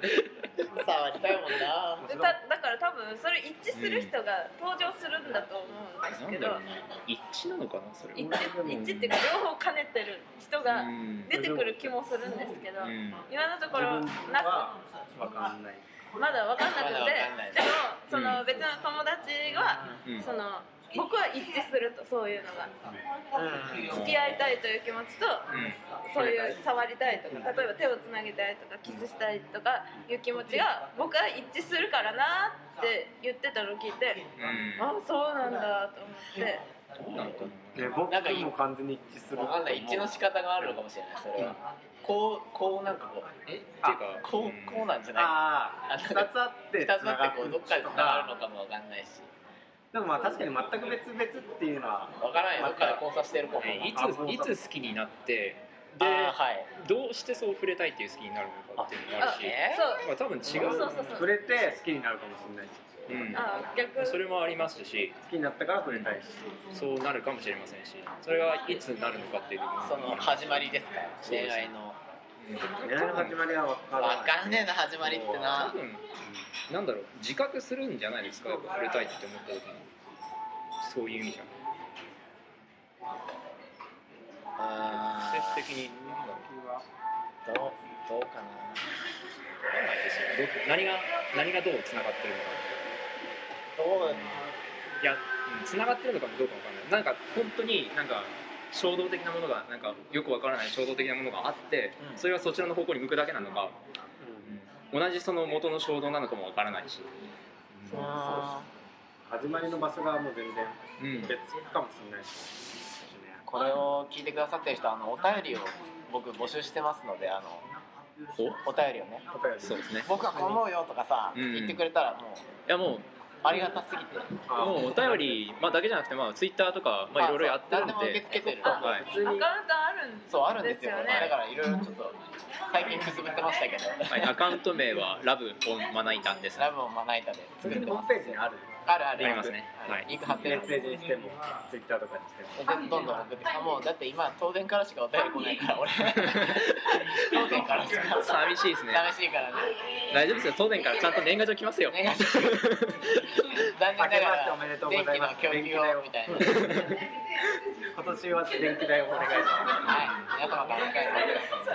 Speaker 1: 触りたいもんな
Speaker 5: も
Speaker 3: だ
Speaker 5: ちろん
Speaker 3: だから多分それ一致する人が登場するんだと思うんです
Speaker 2: なん
Speaker 3: け
Speaker 2: だろう
Speaker 3: ど
Speaker 2: ね一致なのかなそれ
Speaker 3: 一
Speaker 2: は
Speaker 3: 致一致っていうか両方兼ねてる人が
Speaker 2: うん
Speaker 3: 出てくる気もするんですけど
Speaker 2: うん
Speaker 3: 今のとこ
Speaker 5: 自
Speaker 3: ろ
Speaker 5: 分
Speaker 3: な
Speaker 5: は
Speaker 3: く
Speaker 5: 分かんない
Speaker 3: まだ分かんな
Speaker 1: まだ分かん
Speaker 3: く
Speaker 1: ない
Speaker 3: てでもその別の友達は
Speaker 2: うん
Speaker 3: その僕は一致するとそういうのが付き合いたいという気持ちと
Speaker 2: う
Speaker 3: そういう触りたいとか例えば手をつなげたいとかキスしたいとかいう気持ちが僕は一致するからなって言ってたのを聞いて
Speaker 2: ん
Speaker 3: ああそうなんだと思って
Speaker 2: どうなのか
Speaker 5: で
Speaker 2: な
Speaker 5: 僕
Speaker 1: なんかい
Speaker 5: も完全に一致する
Speaker 1: わかんない一致の仕方があるのかもしれないそれはこうこうなんかこうえ
Speaker 2: あ
Speaker 1: こうこうなんじゃない
Speaker 5: あ
Speaker 1: あ
Speaker 5: あ
Speaker 1: なん
Speaker 5: 2
Speaker 1: か
Speaker 5: つあっ
Speaker 1: 二
Speaker 5: て
Speaker 1: つあってこうどっかで
Speaker 5: と
Speaker 1: 繋がるのかもわかんないし
Speaker 5: でもまあ確かに全く別々っていうのは
Speaker 1: わからないどっかで交差してるかも
Speaker 2: え
Speaker 1: で
Speaker 2: いついつ好きになってで
Speaker 1: はい
Speaker 2: どうしてそう触れたいっていう好きになるのかっていうのもあるし
Speaker 1: あえ
Speaker 3: そう
Speaker 2: まあ多分違
Speaker 3: そ
Speaker 2: う
Speaker 3: うそうそうそ
Speaker 5: 触
Speaker 3: う
Speaker 5: れて好きになるかもしれないし
Speaker 2: うん
Speaker 3: ああ逆
Speaker 2: それもありますし
Speaker 5: 好きになったから触れたいし
Speaker 2: そうなるかもしれませんしそれがいつになるのかっていう部分も
Speaker 1: その始まりですか
Speaker 2: そうで
Speaker 1: 恋
Speaker 2: す
Speaker 1: 愛の
Speaker 5: 恋愛の始まりは分か
Speaker 1: わ
Speaker 5: らない
Speaker 1: かんねえな始まりって
Speaker 2: 多
Speaker 1: な
Speaker 2: 分なんだろう自覚するんじゃないですかやっぱ触れたいって思った時にそういう意味じゃん
Speaker 1: あ
Speaker 2: 直
Speaker 1: ー
Speaker 2: 接的になんだろう
Speaker 1: どうどうかな
Speaker 2: わからないですよど何が何がどうつながってるのか
Speaker 1: どう
Speaker 2: いやつながってるのかもどうかわかんないなんか本当になんか衝動的なものがなんかよくわからない衝動的なものがあって、
Speaker 1: うん
Speaker 2: それはそちらの方向に向くだけなのか、同じその元の衝動なのかもわからないし、
Speaker 1: あ
Speaker 5: 始まりの場所がもう全然
Speaker 2: うんうん
Speaker 5: 別かもしれないしね
Speaker 1: ーこれを聞いてくださってる人あのお便りを僕募集してますのであのお便りをね
Speaker 5: 答え
Speaker 2: そうですね
Speaker 1: 僕はこう思うよとかさ、
Speaker 2: うん
Speaker 1: 言ってくれたらもう
Speaker 2: いやもう
Speaker 1: ありがたすぎて
Speaker 2: もうお便り、まあ、だけじゃなくて、まあ、ツイッターとか、まあ、いろいろやってるんで
Speaker 1: あそう何でも受け付けてる
Speaker 3: あ
Speaker 2: はい、
Speaker 5: 普通
Speaker 3: アカ
Speaker 1: そうあるん
Speaker 3: ウントあるんですよ
Speaker 5: に
Speaker 1: ですよ
Speaker 3: ね
Speaker 1: だからいろいろちょっと最近くすぶってましたけど
Speaker 2: はい、アカウント名はラブオンマナイタンです、ね、
Speaker 1: ラブをまな板で
Speaker 5: 普
Speaker 1: 作
Speaker 5: 通
Speaker 1: っ
Speaker 5: に
Speaker 1: て
Speaker 5: ホー
Speaker 1: ま
Speaker 5: ム
Speaker 1: す
Speaker 5: ページにある
Speaker 1: あるある
Speaker 2: ありますねは
Speaker 1: リ
Speaker 2: い
Speaker 1: ンク貼って
Speaker 5: メ
Speaker 1: る
Speaker 5: ッセージにしてもツイッターとかにしても
Speaker 1: どんどん送ってもうだって今東電からしかお便り来ないから俺東電からしか
Speaker 2: 寂しいですね、
Speaker 1: 寂しいからね
Speaker 2: 大丈夫ですよ、東電からちゃんと年賀状来ますよ、
Speaker 1: ね残念なが
Speaker 5: 明けまして
Speaker 1: ら
Speaker 5: おめでとうございます
Speaker 1: 電気の供給をみたいな
Speaker 5: 今年は電気代をお願いしま
Speaker 1: はい皆様からお願いしま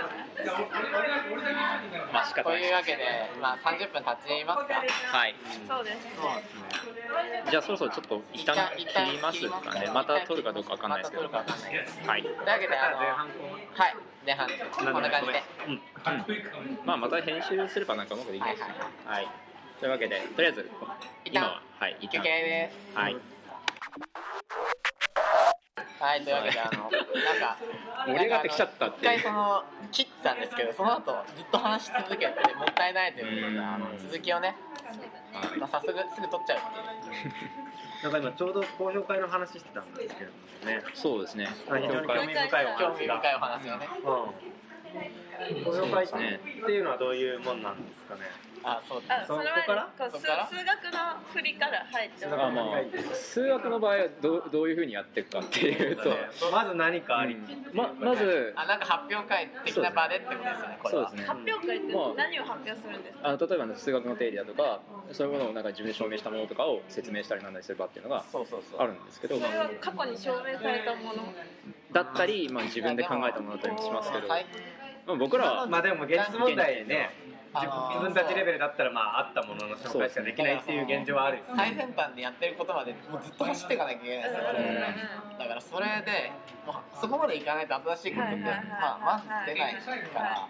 Speaker 1: す
Speaker 2: まあ仕方
Speaker 1: と
Speaker 2: ない
Speaker 1: いう
Speaker 2: で
Speaker 1: わけでまあ30分経ちますか
Speaker 2: す。はい
Speaker 5: す
Speaker 3: そうです
Speaker 1: もう
Speaker 2: じゃあそろそろちょっと一旦切りますかねまた取るかどうかわかんないですけど
Speaker 1: また撮るかわかんないです
Speaker 2: はい、
Speaker 1: というわけ
Speaker 5: だか
Speaker 1: であ
Speaker 5: ら
Speaker 1: の
Speaker 5: 前半後
Speaker 1: はい前半こんな感じで
Speaker 2: まあまた編集すればなんかうまくでき
Speaker 1: は
Speaker 2: ない
Speaker 1: い
Speaker 2: です
Speaker 1: はい
Speaker 2: ねはいというわけでとりあえず
Speaker 1: 一
Speaker 2: 今
Speaker 1: 旦
Speaker 2: ははい一
Speaker 1: 休
Speaker 2: 旦
Speaker 1: 憩です
Speaker 2: はい
Speaker 1: はい、というわけで、あの、なんか、
Speaker 2: 盛り上がってきちゃったって
Speaker 1: 一回
Speaker 2: いう
Speaker 1: その、切ったんですけど、その後、ずっと話し続けて、もったいないということで、あの、続きをね、まあ、早速、すぐ取っちゃうっていう。
Speaker 5: 半なんか今ちょうど公表会の話してたんですけれどもね
Speaker 2: そうですね
Speaker 5: 非常に興味深いお話
Speaker 1: 興味深いお話をね、
Speaker 5: うん公
Speaker 2: そう
Speaker 5: 表
Speaker 2: で
Speaker 5: 会
Speaker 2: すね
Speaker 5: っていうのはどういうもんなんですかね
Speaker 1: あそう
Speaker 3: あ
Speaker 1: だ
Speaker 3: その前にこう
Speaker 1: そ
Speaker 3: 数
Speaker 1: っから
Speaker 3: 数学の振りから入って
Speaker 5: だ
Speaker 2: からまあ数学の場合はどうどういうふうにやっていくかっていうと、
Speaker 5: まず何かありき、
Speaker 2: うんままず
Speaker 1: あなんか発表会的な場でってことですよねこれ
Speaker 2: そう
Speaker 1: は
Speaker 2: ですね
Speaker 3: 発表会って何を発表するんですか
Speaker 2: あの例えばあの数学の定理だとかそういうものをなんか自分で証明したものとかを説明したりなんだりする場っていうのが
Speaker 1: そうそうそう
Speaker 2: あるんですけ
Speaker 3: そ
Speaker 2: ど
Speaker 3: れは過去に証明されたもの
Speaker 2: だったり、まあ、自分で考えたものだったりもしますけど、ま
Speaker 1: 最
Speaker 2: あ、僕らは
Speaker 5: まあでも現実問題ね
Speaker 1: あ
Speaker 5: 自
Speaker 1: の
Speaker 5: 分自分たちレベルだったらまああったものの紹介しかできないっていう現状はあるよね
Speaker 1: 最先端でやってることまでもうずっと走っていかなきゃいけないですよ我々はだからそれでもうそこまでいかないと新しいことって、
Speaker 3: はいはいは
Speaker 1: ま
Speaker 3: い
Speaker 1: あ、まず出ないから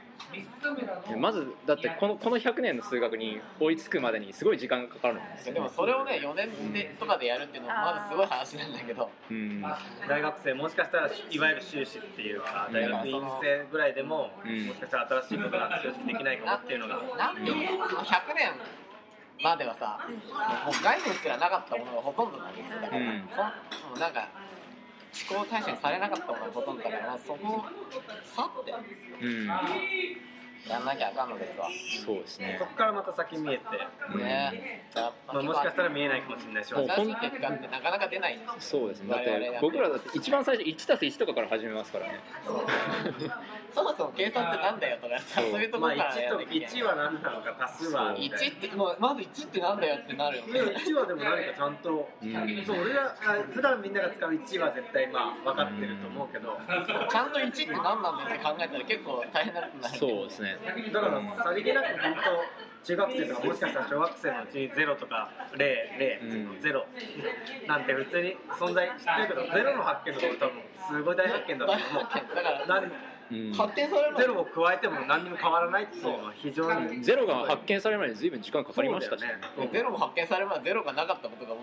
Speaker 2: まずだってこのこの100年の数学に追いつくまでにすごい時間がかかるんですよ、
Speaker 1: でもそれをね4年でとかでやるっていうのはまずすごい話なんだけど
Speaker 2: うん
Speaker 5: 大学生もしかしたらいわゆる修士っていうか大学院生ぐらいでも、
Speaker 2: うん
Speaker 5: もしかしたら新しいことが修士できないかもっていうのが
Speaker 1: なんでその100年まではさもう概念すらなかったものがほとんどなんですよだから、
Speaker 2: うん
Speaker 1: そもうなんか思考対象にされなかったものがほとんどだからそこをさって
Speaker 2: うん、
Speaker 1: やんなきゃあかんのですわ
Speaker 2: そうですね
Speaker 5: そこからまた先見えて、
Speaker 2: うん
Speaker 1: ねやっぱ
Speaker 5: まあ、もしかしたら見えないかもしれないし
Speaker 2: もう
Speaker 1: 新しい結果ってなかなか出ない
Speaker 2: そうですねだっ
Speaker 1: 我々
Speaker 2: て
Speaker 1: が
Speaker 2: 僕らだって一番最初1たす1とかから始めますからね
Speaker 1: そもそも計算ってなんだよとかさ
Speaker 2: そう
Speaker 1: そういうとこ
Speaker 5: まあ
Speaker 1: ろから
Speaker 5: 1
Speaker 1: やん
Speaker 5: と
Speaker 1: なきゃいけない
Speaker 5: 1は何なのか多数はみたい
Speaker 1: 1ってもうまず1ってなんだよってなるよ
Speaker 5: なでも
Speaker 1: ね
Speaker 5: 1はでも何かちゃんと、
Speaker 2: うん
Speaker 5: そう俺らあ普段みんなが使う1は絶対まあ分かってると思うけど、
Speaker 1: ちゃんと1って何なんだよって考えたら結構大変なことになる
Speaker 2: そうですね
Speaker 5: だからさりげなく本当中学生とかもしかしたら小学生のうちにゼロとか零零
Speaker 2: うん
Speaker 5: ゼロなんて普通に存在知ってるけどゼロの発見とか俺多分すごい大発見だと思
Speaker 1: 大発見だから
Speaker 5: う。なん
Speaker 2: うん
Speaker 1: 発展されるの
Speaker 5: ゼロを加えても何にも変わらないっていうのは非常に
Speaker 2: ゼロが発見されるまでに随分時間かかりましたしね
Speaker 5: そうだ
Speaker 1: ゼ
Speaker 5: よ
Speaker 1: ロ
Speaker 5: ね
Speaker 1: も発見されるまでゼロがなかったことがもう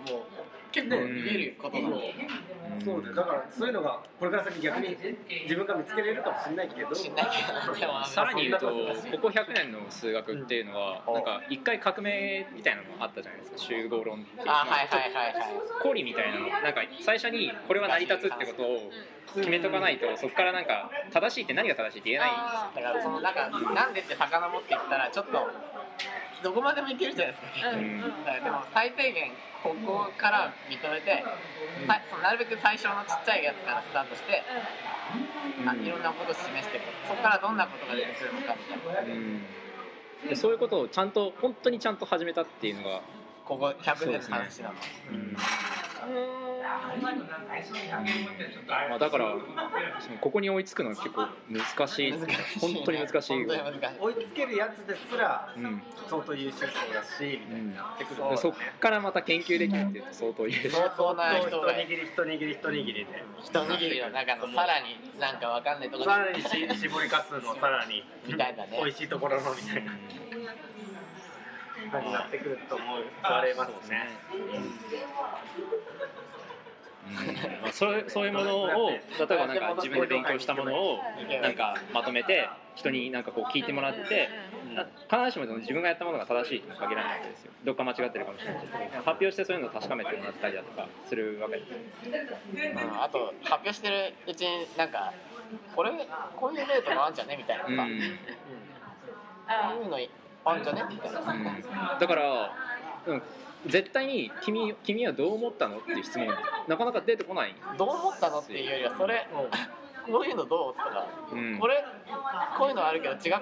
Speaker 1: 結構見えることなの
Speaker 2: うん
Speaker 5: そうだよだからそういうのがこれから先逆に自分が見つけれるかもしれないけど
Speaker 1: しんないけどでも
Speaker 2: さらに言うと
Speaker 1: そんなこ
Speaker 2: ここ100年の数学っていうのは
Speaker 1: うん
Speaker 2: なんか一回革命みたいなのがあったじゃないですか集合論っていう
Speaker 1: あはいはいはいはい
Speaker 2: コリみたいなのなんか最初にこれは成り立つってことを決めとかないとそこからなんか正しいって何が正しいって言えない
Speaker 3: あ
Speaker 1: だからそのなんかなんでって魚持っていったらちょっとどこまでもいけるじゃないですか
Speaker 3: うんうん
Speaker 1: だからでも最低限ここから認めて、さそのなるべく最初のちっちゃいやつからスタートして、あいろんなことを示していくそこからどんなことが出てくるのかみたいな
Speaker 2: うんでそういうことをちゃんと本当にちゃんと始めたっていうのが、
Speaker 1: ここ100年の話なの、
Speaker 2: まあ、だからそのここに追いつくのは結構難しい
Speaker 1: 難しいね
Speaker 2: 本当に難しい、
Speaker 1: 本当に難しい
Speaker 5: 追いつけるやつですら
Speaker 2: うん
Speaker 5: 相当優秀そうだしみ
Speaker 2: う
Speaker 5: たい
Speaker 2: ん
Speaker 5: になってくる
Speaker 2: でそっからまた研究できるっていうと相当いいです
Speaker 1: 相当な
Speaker 5: 一
Speaker 1: 人が
Speaker 5: 握り一握り一握りで
Speaker 1: 一握りの中のさらになんかわかんないところ
Speaker 5: さらにし絞りかすのさらに
Speaker 1: みたいなね
Speaker 5: 美味しいところのみたいな感じになってくると思われますね
Speaker 2: うんまあ、そういうそういうものを例えばなんか自分で勉強したものをなんかまとめて人になんかこう聞いてもらってな必ずしもその自分がやったものが正しいとも限らないわけですよどっか間違ってるかもしれないけど発表してそういうのを確かめてもらったりだとかするわけですよ
Speaker 1: うんあと発表してるうちになんかこれこういう例とかあんじゃねみたいなさ、
Speaker 2: うんう
Speaker 1: こ
Speaker 2: ん
Speaker 1: ういうのあんじゃねみたいな、
Speaker 2: だから、うん、絶対に君「君はどう思ったの?」っていう質問なかなか出てこない、
Speaker 1: どう思ったのっていうよりはそれこういうのどうとか、
Speaker 2: うん
Speaker 1: これこういうのあるけど違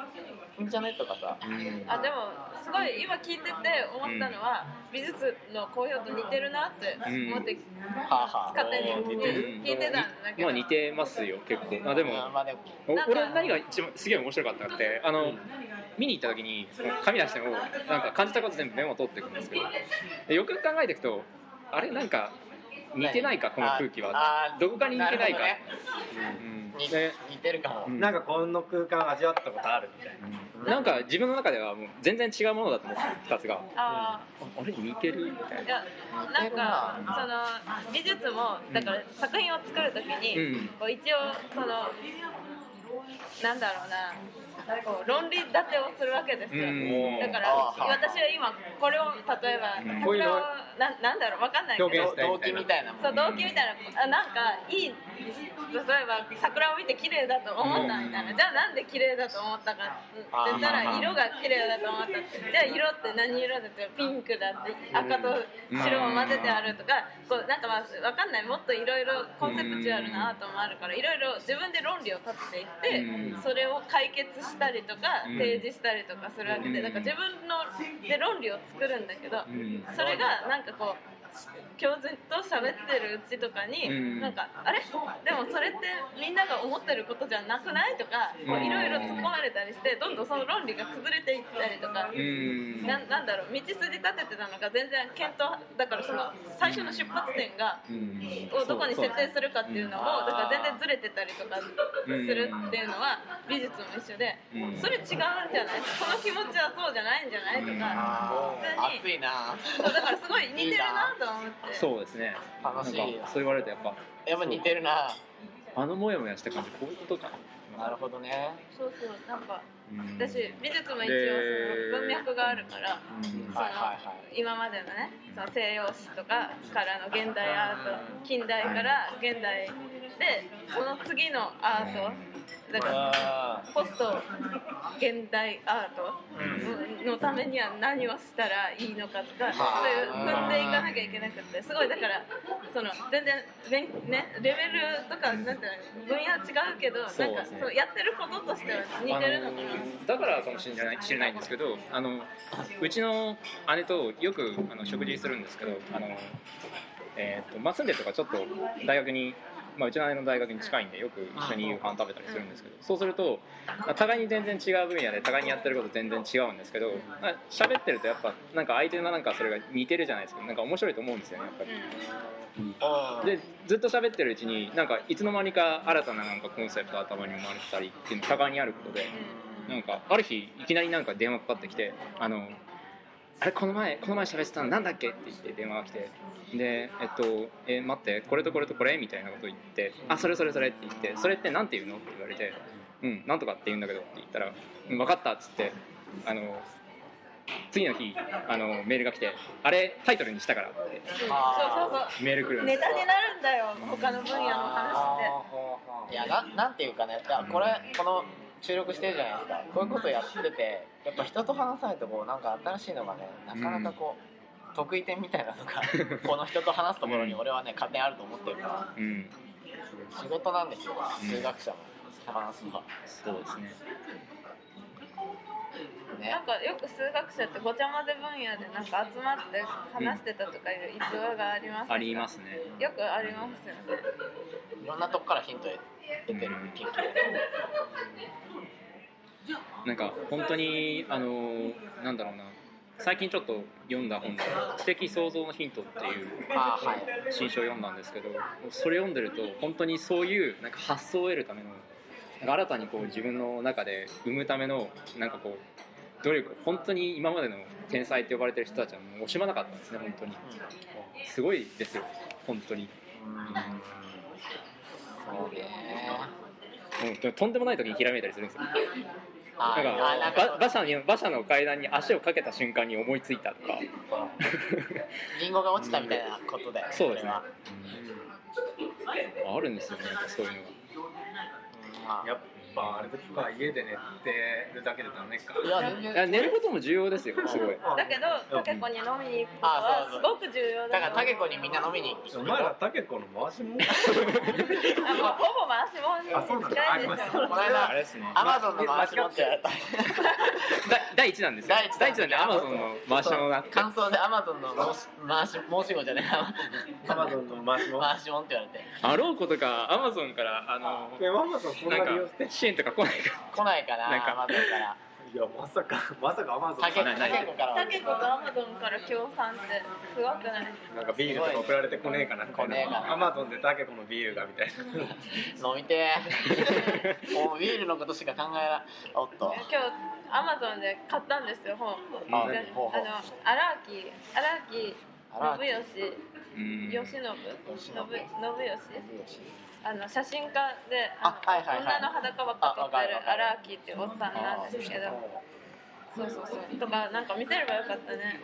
Speaker 1: うんじゃねとかさ
Speaker 2: うん
Speaker 3: あでもすごい今聞いてて思ったのは、美術の公表と似てるなって思って、
Speaker 1: はあはあ
Speaker 3: 勝手に
Speaker 1: うん
Speaker 3: 似てる聞いてたんだけど
Speaker 2: まあ似てますよ結構あでも
Speaker 1: まあでも
Speaker 2: お
Speaker 3: なんか
Speaker 2: 俺何が一番すげえ面白かったのってあの、見に行った時に紙出してもなんか感じたこと全部メモ取っていくんですけどでよくよく考えていくとあれなんか似てないかこの空気
Speaker 1: あ
Speaker 2: は
Speaker 1: あ
Speaker 2: どこかに似てないか
Speaker 1: なる
Speaker 2: うん
Speaker 1: ほどね
Speaker 2: で
Speaker 1: に似てるかも、
Speaker 2: うん
Speaker 5: なんかこの空間味わったことあるみたいな
Speaker 2: なんか自分の中ではもう全然違うものだと思って2つが
Speaker 3: あー
Speaker 2: あれ似てるみたい
Speaker 3: い
Speaker 2: な
Speaker 3: やなんかその美術もだから作品を作るとき
Speaker 2: う
Speaker 3: に、
Speaker 2: ん
Speaker 3: こう一応そのなんだろうなこう論理立てをするわけですよ、
Speaker 2: うん
Speaker 3: だから
Speaker 1: あー
Speaker 3: 私は今これを例えば
Speaker 2: うん
Speaker 3: 桜をななんだろうわかんないけ
Speaker 5: 表
Speaker 3: ど
Speaker 5: 現し
Speaker 1: 動機みたいなも
Speaker 3: そ
Speaker 1: ん
Speaker 3: う動機みたいなあなんかいい例えば桜を見て綺麗だと思ったみたいな、じゃあなんで綺麗だと思ったかって言ったら色が綺麗だと思ったってじゃあ色って何色だってピンクだって赤と白を混ぜてあるとかこうなんかまあ分かんないもっといろいろコンセプチュアルなアートもあるからいろいろ自分で論理を立てていってそれを解決したりとか
Speaker 2: うん
Speaker 3: 提示したりとかするわけでだから自分ので論理を作るんだけど
Speaker 2: うん
Speaker 3: それがなんかこう教授と喋ってるうちとかに、
Speaker 2: うん
Speaker 3: なんかあれでもそれってみんなが思ってることじゃなくないとかこういろいろ突っ込まれたりしてどんどんその論理が崩れていったりとか。
Speaker 2: うん
Speaker 3: なんなんだろう道筋立ててたのが全然検討だからその最初の出発点が
Speaker 2: うん
Speaker 3: をどこに設定するかっていうのを
Speaker 5: そうそう
Speaker 3: だから全然ずれてたりとかするっていうのは美術も一緒で
Speaker 2: うん
Speaker 3: それ違うんじゃないこの気持ちはそうじゃないんじゃないとか
Speaker 1: あー
Speaker 3: 普通
Speaker 1: 暑いな
Speaker 3: そうだからすごい似てるなと思って
Speaker 2: そうですね
Speaker 1: 楽しい
Speaker 2: なんかそう言われるとやっぱ
Speaker 1: やっぱ似てるな
Speaker 2: あのモヤモヤした感じこういうことか
Speaker 1: なるほどね
Speaker 3: そうそうなんか
Speaker 2: うん
Speaker 3: 私美術も一応
Speaker 2: で
Speaker 3: その文脈があるから
Speaker 2: うん
Speaker 3: その
Speaker 1: はいはいはい
Speaker 3: 今までのねその西洋史とかからの現代アート近代から現代でその次のアートだから
Speaker 1: あ
Speaker 3: ポスト現代アートのためには何をしたらいいのかとかそういう踏んでいかなきゃいけなくってすごいだからその全然勉ねレベルとかなんていうの分野は違うけどなんか
Speaker 2: そうですね
Speaker 3: そうやってることとしては似てるのかな。
Speaker 2: あのだからかもしれない知れないんですけどあのうちの姉とよくあの食事するんですけどあの、えーとまあ、住んでるとかちょっと大学に、まあ、うちの姉の大学に近いんでよく一緒に夕飯食べたりするんですけどそうするとまあ互いに全然違う分野で互いにやってること全然違うんですけどまあ喋ってるとやっぱなんか相手のなんかそれが似てるじゃないですかなんか面白いと思うんですよねやっぱり。
Speaker 1: ーうん
Speaker 2: でずっと喋ってるうちになんかいつの間にか新たななんかコンセプト頭に生まれてたりっていうの互いにあることでなんかある日いきなりなんか電話かかってきて「あのあれこの前この前喋ってたのなんだっけ?」って言って電話が来てで「えっとえ待ってこれとこれとこれ?」みたいなこと言って「あそれそれそれ」って言って「それってなんて言うの?」って言われて「うんなんとかって言うんだけど」って言ったら「うん分かった」っつってあの次の日あのメールが来て「あれタイトルにしたから」って
Speaker 3: そうそうそう
Speaker 2: メール来るんで
Speaker 3: ネ
Speaker 2: す
Speaker 3: タになるんだよ他の分野の話って
Speaker 1: いやななんていうかねだからこれこの収録してるじゃないですかこういうことやっててやっぱ人と話さないとこうなんか新しいのがねなかなかこう、得意点みたいなのがこの人と話すところに俺はね勝手にあると思ってるから
Speaker 2: うん
Speaker 1: 仕事なんですよ
Speaker 2: うん
Speaker 1: 数学者も話すのは
Speaker 2: そうですね
Speaker 1: ね
Speaker 3: なんかよく数学者ってごちゃ混ぜ分野でなんか集まって話してたとかいう逸話があります、
Speaker 2: ありますね
Speaker 3: よくありますよね
Speaker 1: いろんなとこからヒント得てる研究
Speaker 2: なんか本当にあのなんだろうな最近ちょっと読んだ本で「知的創造のヒント」っていう
Speaker 1: ああはい
Speaker 2: 新書を読んだんですけどそれ読んでると本当にそういうなんか発想を得るためのなんか新たにこう自分の中で生むためのなんかこう努力本当に今までの天才って呼ばれてる人たちはもう惜しまなかったんですね本当にすごいですよ本当に
Speaker 1: そうね
Speaker 2: うんでもとんでもない時にひらめいたりするんですよ
Speaker 1: あ
Speaker 2: なん
Speaker 1: あなん
Speaker 2: かば
Speaker 1: か
Speaker 2: 馬車に馬車の階段に足をかけた瞬間に思いついたとか
Speaker 1: リンゴが落ちたみたいなことだよね
Speaker 2: そうです
Speaker 1: れ
Speaker 2: ね
Speaker 1: は
Speaker 2: あるんですよねなんかそういうのが
Speaker 1: うんまあ
Speaker 5: やっぱあれですか家で寝てるだけでダメか
Speaker 1: いや全
Speaker 2: いや
Speaker 1: 然
Speaker 2: 寝ることも重要ですよすごい
Speaker 3: だけどタケコに飲みに行くことはすごく重要
Speaker 1: だか
Speaker 3: だ
Speaker 1: ら
Speaker 3: と
Speaker 1: タ
Speaker 3: 思
Speaker 1: ケ
Speaker 3: う
Speaker 1: コにみんな飲みに
Speaker 5: お
Speaker 1: 行く
Speaker 5: 前らタケコの回しもん
Speaker 3: あもうほぼ回しもん
Speaker 5: あそうな
Speaker 3: に
Speaker 5: んだ
Speaker 3: 近いで
Speaker 5: あ
Speaker 3: すよ
Speaker 1: この間
Speaker 2: れですね
Speaker 1: アマゾンの回しもって言われた
Speaker 2: だ第一弾ですよ
Speaker 1: 第一弾
Speaker 2: 第一弾でアマゾンの回し物があって
Speaker 1: 感想でアマゾンの申し回し申し子じゃない
Speaker 5: アマゾンの回しもん
Speaker 1: 回しもんって言われて
Speaker 2: あろうことかアマゾンからあの
Speaker 5: えママさんそんな
Speaker 2: なん
Speaker 5: 利用し
Speaker 2: か支援とか来ないか
Speaker 1: 来ないかな
Speaker 2: なんか
Speaker 1: アマゾンから
Speaker 5: いやまさかまさかアマゾン
Speaker 1: タケコ
Speaker 5: から
Speaker 1: タケコから
Speaker 3: タケコとアマゾンから協賛ってすごくない
Speaker 5: なんかビールとか送られてこねえかなみたい
Speaker 1: 来ねえかな
Speaker 5: なアマゾンでタケコのビールがみたいな
Speaker 1: 飲みてーもうビールのことしか考えらおっと
Speaker 3: 今日アマゾンで買ったんですよ本
Speaker 1: あ
Speaker 3: あの
Speaker 1: ほうほう
Speaker 3: 荒木荒木
Speaker 1: 荒木
Speaker 3: 信
Speaker 2: う
Speaker 1: うん
Speaker 2: ん
Speaker 3: 義由伸信信義あの写真家で
Speaker 1: あ
Speaker 3: あの
Speaker 1: はいはいはい
Speaker 3: 女の裸ばっか撮ってる
Speaker 1: あわかるわ
Speaker 3: 荒木っておっさんなんですけどそうそうそうとかなんか見せればよかったね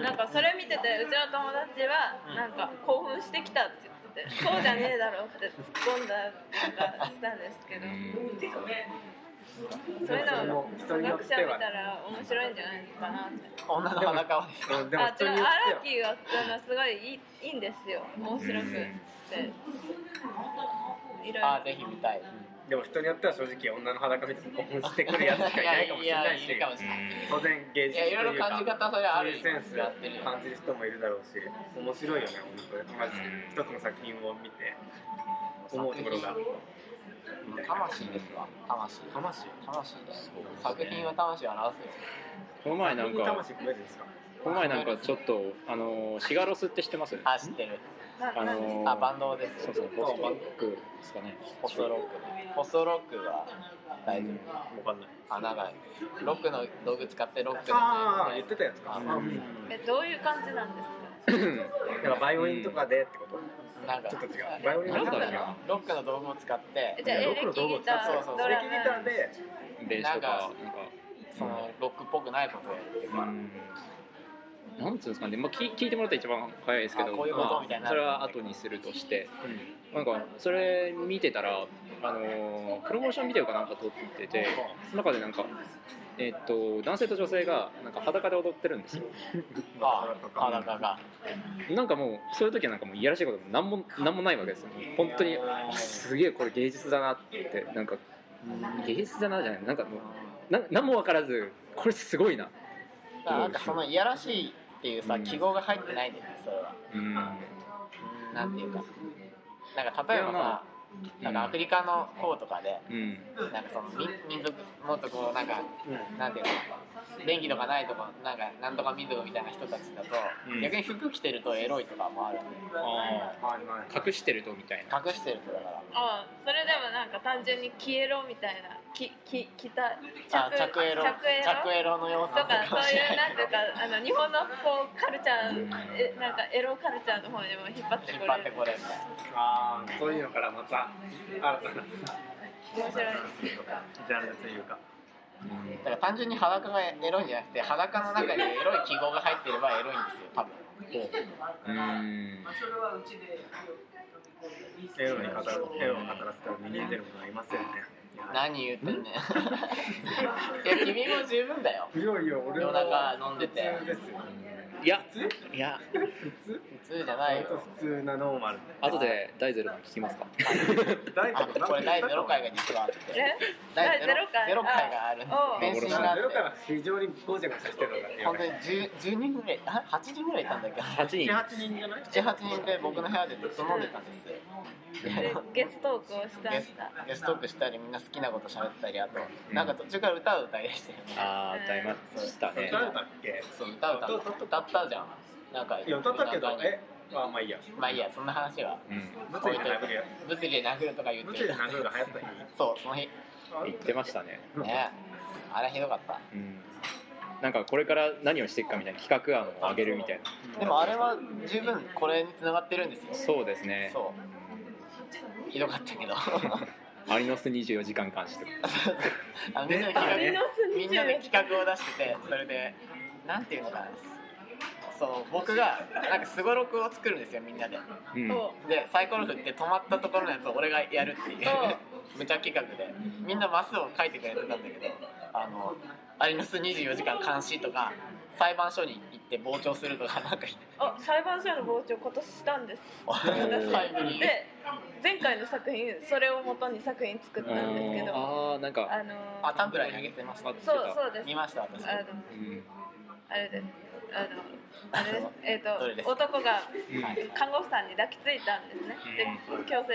Speaker 3: なんかそれ見ててうちの友達はなんか興奮してきたって言っててってそうじゃねえだろって 突っ込んだりとかしたんですけどそういうのを
Speaker 4: 人によ
Speaker 3: 学
Speaker 4: っ
Speaker 3: 者
Speaker 4: て
Speaker 3: 見
Speaker 4: は
Speaker 3: たら面白いんじゃないのかなって。
Speaker 1: 女の裸はです
Speaker 4: うんでも
Speaker 3: あ、違
Speaker 4: 人
Speaker 3: う、
Speaker 4: によ
Speaker 3: ア
Speaker 4: っ
Speaker 3: ラ
Speaker 4: ては
Speaker 3: キーはすごいいいいいんですよ。面白くて。いろいろ。
Speaker 1: あーぜひ見たい
Speaker 4: でも人によっては正直女の裸見て興奮してくるやつしかいないかもしれないし
Speaker 1: いやいるかもしれない
Speaker 2: うん
Speaker 4: 当然芸
Speaker 1: い
Speaker 4: 術
Speaker 1: や
Speaker 4: とい
Speaker 1: い
Speaker 4: う
Speaker 1: ろいろ
Speaker 4: か
Speaker 1: 感じ方それあ
Speaker 4: そう
Speaker 1: る
Speaker 4: いうセンス
Speaker 1: やってるよ
Speaker 4: 感じる人もいるだろうし面白いよね本当にマジで一つの作品を見て思うところがみたいな
Speaker 1: 魂ですわ魂
Speaker 4: 魂
Speaker 1: 魂だよ作品は魂を表すよ
Speaker 2: この前なんか
Speaker 4: 魂込めるんですか
Speaker 2: この前なんかちょっとあのシガロスって知ってます
Speaker 1: あ知ってる
Speaker 3: な
Speaker 2: あ
Speaker 3: なんです
Speaker 2: の
Speaker 1: あバンドです
Speaker 2: そうそうポストロックですかね
Speaker 1: ポストロックねポストロックは大丈夫
Speaker 4: わかんない
Speaker 1: あ長いロックの道具使ってロックの
Speaker 4: ああ言ってたやつか
Speaker 1: う
Speaker 4: あ
Speaker 1: ん
Speaker 3: え、どういう感じなんですか。
Speaker 4: だからバイオリンとかでってこと
Speaker 1: なんか
Speaker 4: ちょっと違うバイオリンは
Speaker 2: なんだろう
Speaker 4: 違う
Speaker 2: な
Speaker 1: ロックの道具を使っ
Speaker 3: え
Speaker 1: て
Speaker 3: じゃあ、エレ
Speaker 4: 僕の
Speaker 3: キ
Speaker 4: 道具を
Speaker 3: ギ
Speaker 4: 使
Speaker 3: タ
Speaker 4: っ
Speaker 1: そう
Speaker 3: ー、
Speaker 1: そう
Speaker 3: ド
Speaker 4: エレ
Speaker 3: ラ
Speaker 4: キ
Speaker 3: ム
Speaker 4: ギ。ターで
Speaker 2: ベースとかなんか
Speaker 1: そのロックっぽくないことをやってるから
Speaker 2: うんなんつうんですかね、まあ、聞聞いてもらったら一番早いですけ
Speaker 1: あ
Speaker 2: ど
Speaker 1: こういうことみたいな
Speaker 2: まあそれは後にするとして、なんかそれ見てたらあのープロモーションビデオかなんか撮っててその中でなんかえっと男性と女性がなんか裸で踊ってるんですよ
Speaker 1: あ裸が
Speaker 2: なんかもうそういう時はなんかもういやらしいこともなんもなんもないわけですよ本当にあすげえこれ芸術だなってなんか芸術だなじゃないなんかもうな何も分からずこれすごいな
Speaker 1: だからなんかそのいやらしいっていうさ
Speaker 2: うん
Speaker 1: 記号が入ってないんだよねそれは
Speaker 2: うん
Speaker 1: なんていうかなんか例えばさなんかアフリカの方とかで
Speaker 2: うん
Speaker 1: なんかその民民族もっとこうなんかなんていうか電気とかないとこなんかなんとか民族みたいな人たちだと、
Speaker 2: うん
Speaker 1: 逆に服着てるとエロいとかもあるんで
Speaker 2: あ
Speaker 4: はいはい
Speaker 2: ー隠してるとみたいな
Speaker 1: 隠してるとだから
Speaker 3: あ、それでも、なんか単純に消えろみたいな、き、き、き
Speaker 1: あ
Speaker 3: た。
Speaker 1: 着エロ
Speaker 3: 着エロ
Speaker 1: 着エロの要素
Speaker 3: とか
Speaker 1: も
Speaker 3: そう
Speaker 1: し
Speaker 3: いう
Speaker 1: れな
Speaker 3: ないんていうかあの日本のこうカルチャーえなんかエロカルチャーの方にも引っ張って
Speaker 1: 引
Speaker 3: こ
Speaker 1: っ張っ
Speaker 3: れ
Speaker 1: て
Speaker 3: る
Speaker 1: これみたいな
Speaker 4: ああそういうのからまた新たな
Speaker 3: 面白い
Speaker 4: ジャンルというか
Speaker 1: だから単純に裸がエロいんじゃなくて裸の中にエロい記号が入ってればエロいんですよ多分
Speaker 2: うん
Speaker 4: エロに語らエロを語らせたら見えてるものはいませんね
Speaker 1: 何言って んねんいや君も十分だよ
Speaker 4: いやいや俺
Speaker 1: 夜
Speaker 4: は
Speaker 1: 中飲んでて
Speaker 4: 普通ですよ
Speaker 2: いやいや
Speaker 4: 普通
Speaker 1: 普通じゃない
Speaker 4: 割
Speaker 1: よ
Speaker 4: と普通なノーマル
Speaker 2: 後で大ゼロも聞きますか
Speaker 4: 大
Speaker 1: あこれ第ゼロ回
Speaker 4: が
Speaker 1: が実はあって
Speaker 3: え
Speaker 1: 第
Speaker 3: 第ゼロ回
Speaker 1: ゼロ回があるん
Speaker 2: おう
Speaker 1: です全身があっ
Speaker 4: ゼ
Speaker 1: て
Speaker 4: ロから非常にごちゃごちゃしてるのが
Speaker 1: 本当に 10, 10人ぐらいあ8人ぐらいいたんだっけ
Speaker 2: 8人
Speaker 4: 78人じゃない
Speaker 1: 78人で僕の部屋でずっと飲んでたんですよ
Speaker 3: でゲストトークをした
Speaker 1: ゲ
Speaker 3: ん
Speaker 1: ス
Speaker 3: だ
Speaker 1: ゲストトークしたりみんな好きなこと喋ったりあとなんか途中から歌う歌いでしたよね
Speaker 2: あー歌いましたね
Speaker 4: 歌ったっけ
Speaker 1: そう歌う歌う
Speaker 4: 歌った
Speaker 1: 歌ったじゃんなんか
Speaker 4: いや歌ったけど
Speaker 1: なんか
Speaker 4: えまあまあいいや
Speaker 1: まあいいやそんな話は
Speaker 2: うん
Speaker 4: 物理で殴るや
Speaker 1: 物理で殴るとか言
Speaker 4: つ
Speaker 1: っ
Speaker 4: 物
Speaker 1: て
Speaker 4: 理で
Speaker 1: る
Speaker 4: 殴るが流行った日
Speaker 1: そうその日
Speaker 2: 言ってましたね
Speaker 1: ねあれひどかった
Speaker 2: うんなんかこれから何をしていくかみたいな企画案を上げるみたいな
Speaker 1: でもあれは十分これに繋がってるんですよ
Speaker 2: そうですね
Speaker 1: そうひどかったけど
Speaker 2: アリノス24時間監視とか
Speaker 1: あのみんなで
Speaker 3: ア
Speaker 1: 企
Speaker 3: リノ
Speaker 1: 画
Speaker 3: ス
Speaker 1: みんなで
Speaker 3: 24
Speaker 1: 企画を出しててそれでなんていうのかなそう僕がなんかすごろくを作るんですよみんなで
Speaker 2: うん
Speaker 3: を
Speaker 1: でサイコロ振って止まったところのやつを俺がやるっていう 無茶企画でみんなマスを書いてくれてたんだけどあのアリノス24時間監視とか裁判所に行って傍聴するとかなんか
Speaker 3: あ裁判所の傍聴今年したんです
Speaker 1: 最後 に
Speaker 3: で前回の作品それをもとに作品作ったんですけどあ
Speaker 2: ああなんか
Speaker 3: のー
Speaker 1: あタンブラーにあげてました
Speaker 3: そうそうです
Speaker 1: 見ました私
Speaker 3: あの
Speaker 2: うん
Speaker 3: あれですあのあれですえっ、
Speaker 1: どれです
Speaker 3: と
Speaker 1: か
Speaker 3: 男が
Speaker 2: うん
Speaker 3: 看護婦さんに抱きついたんですねで強制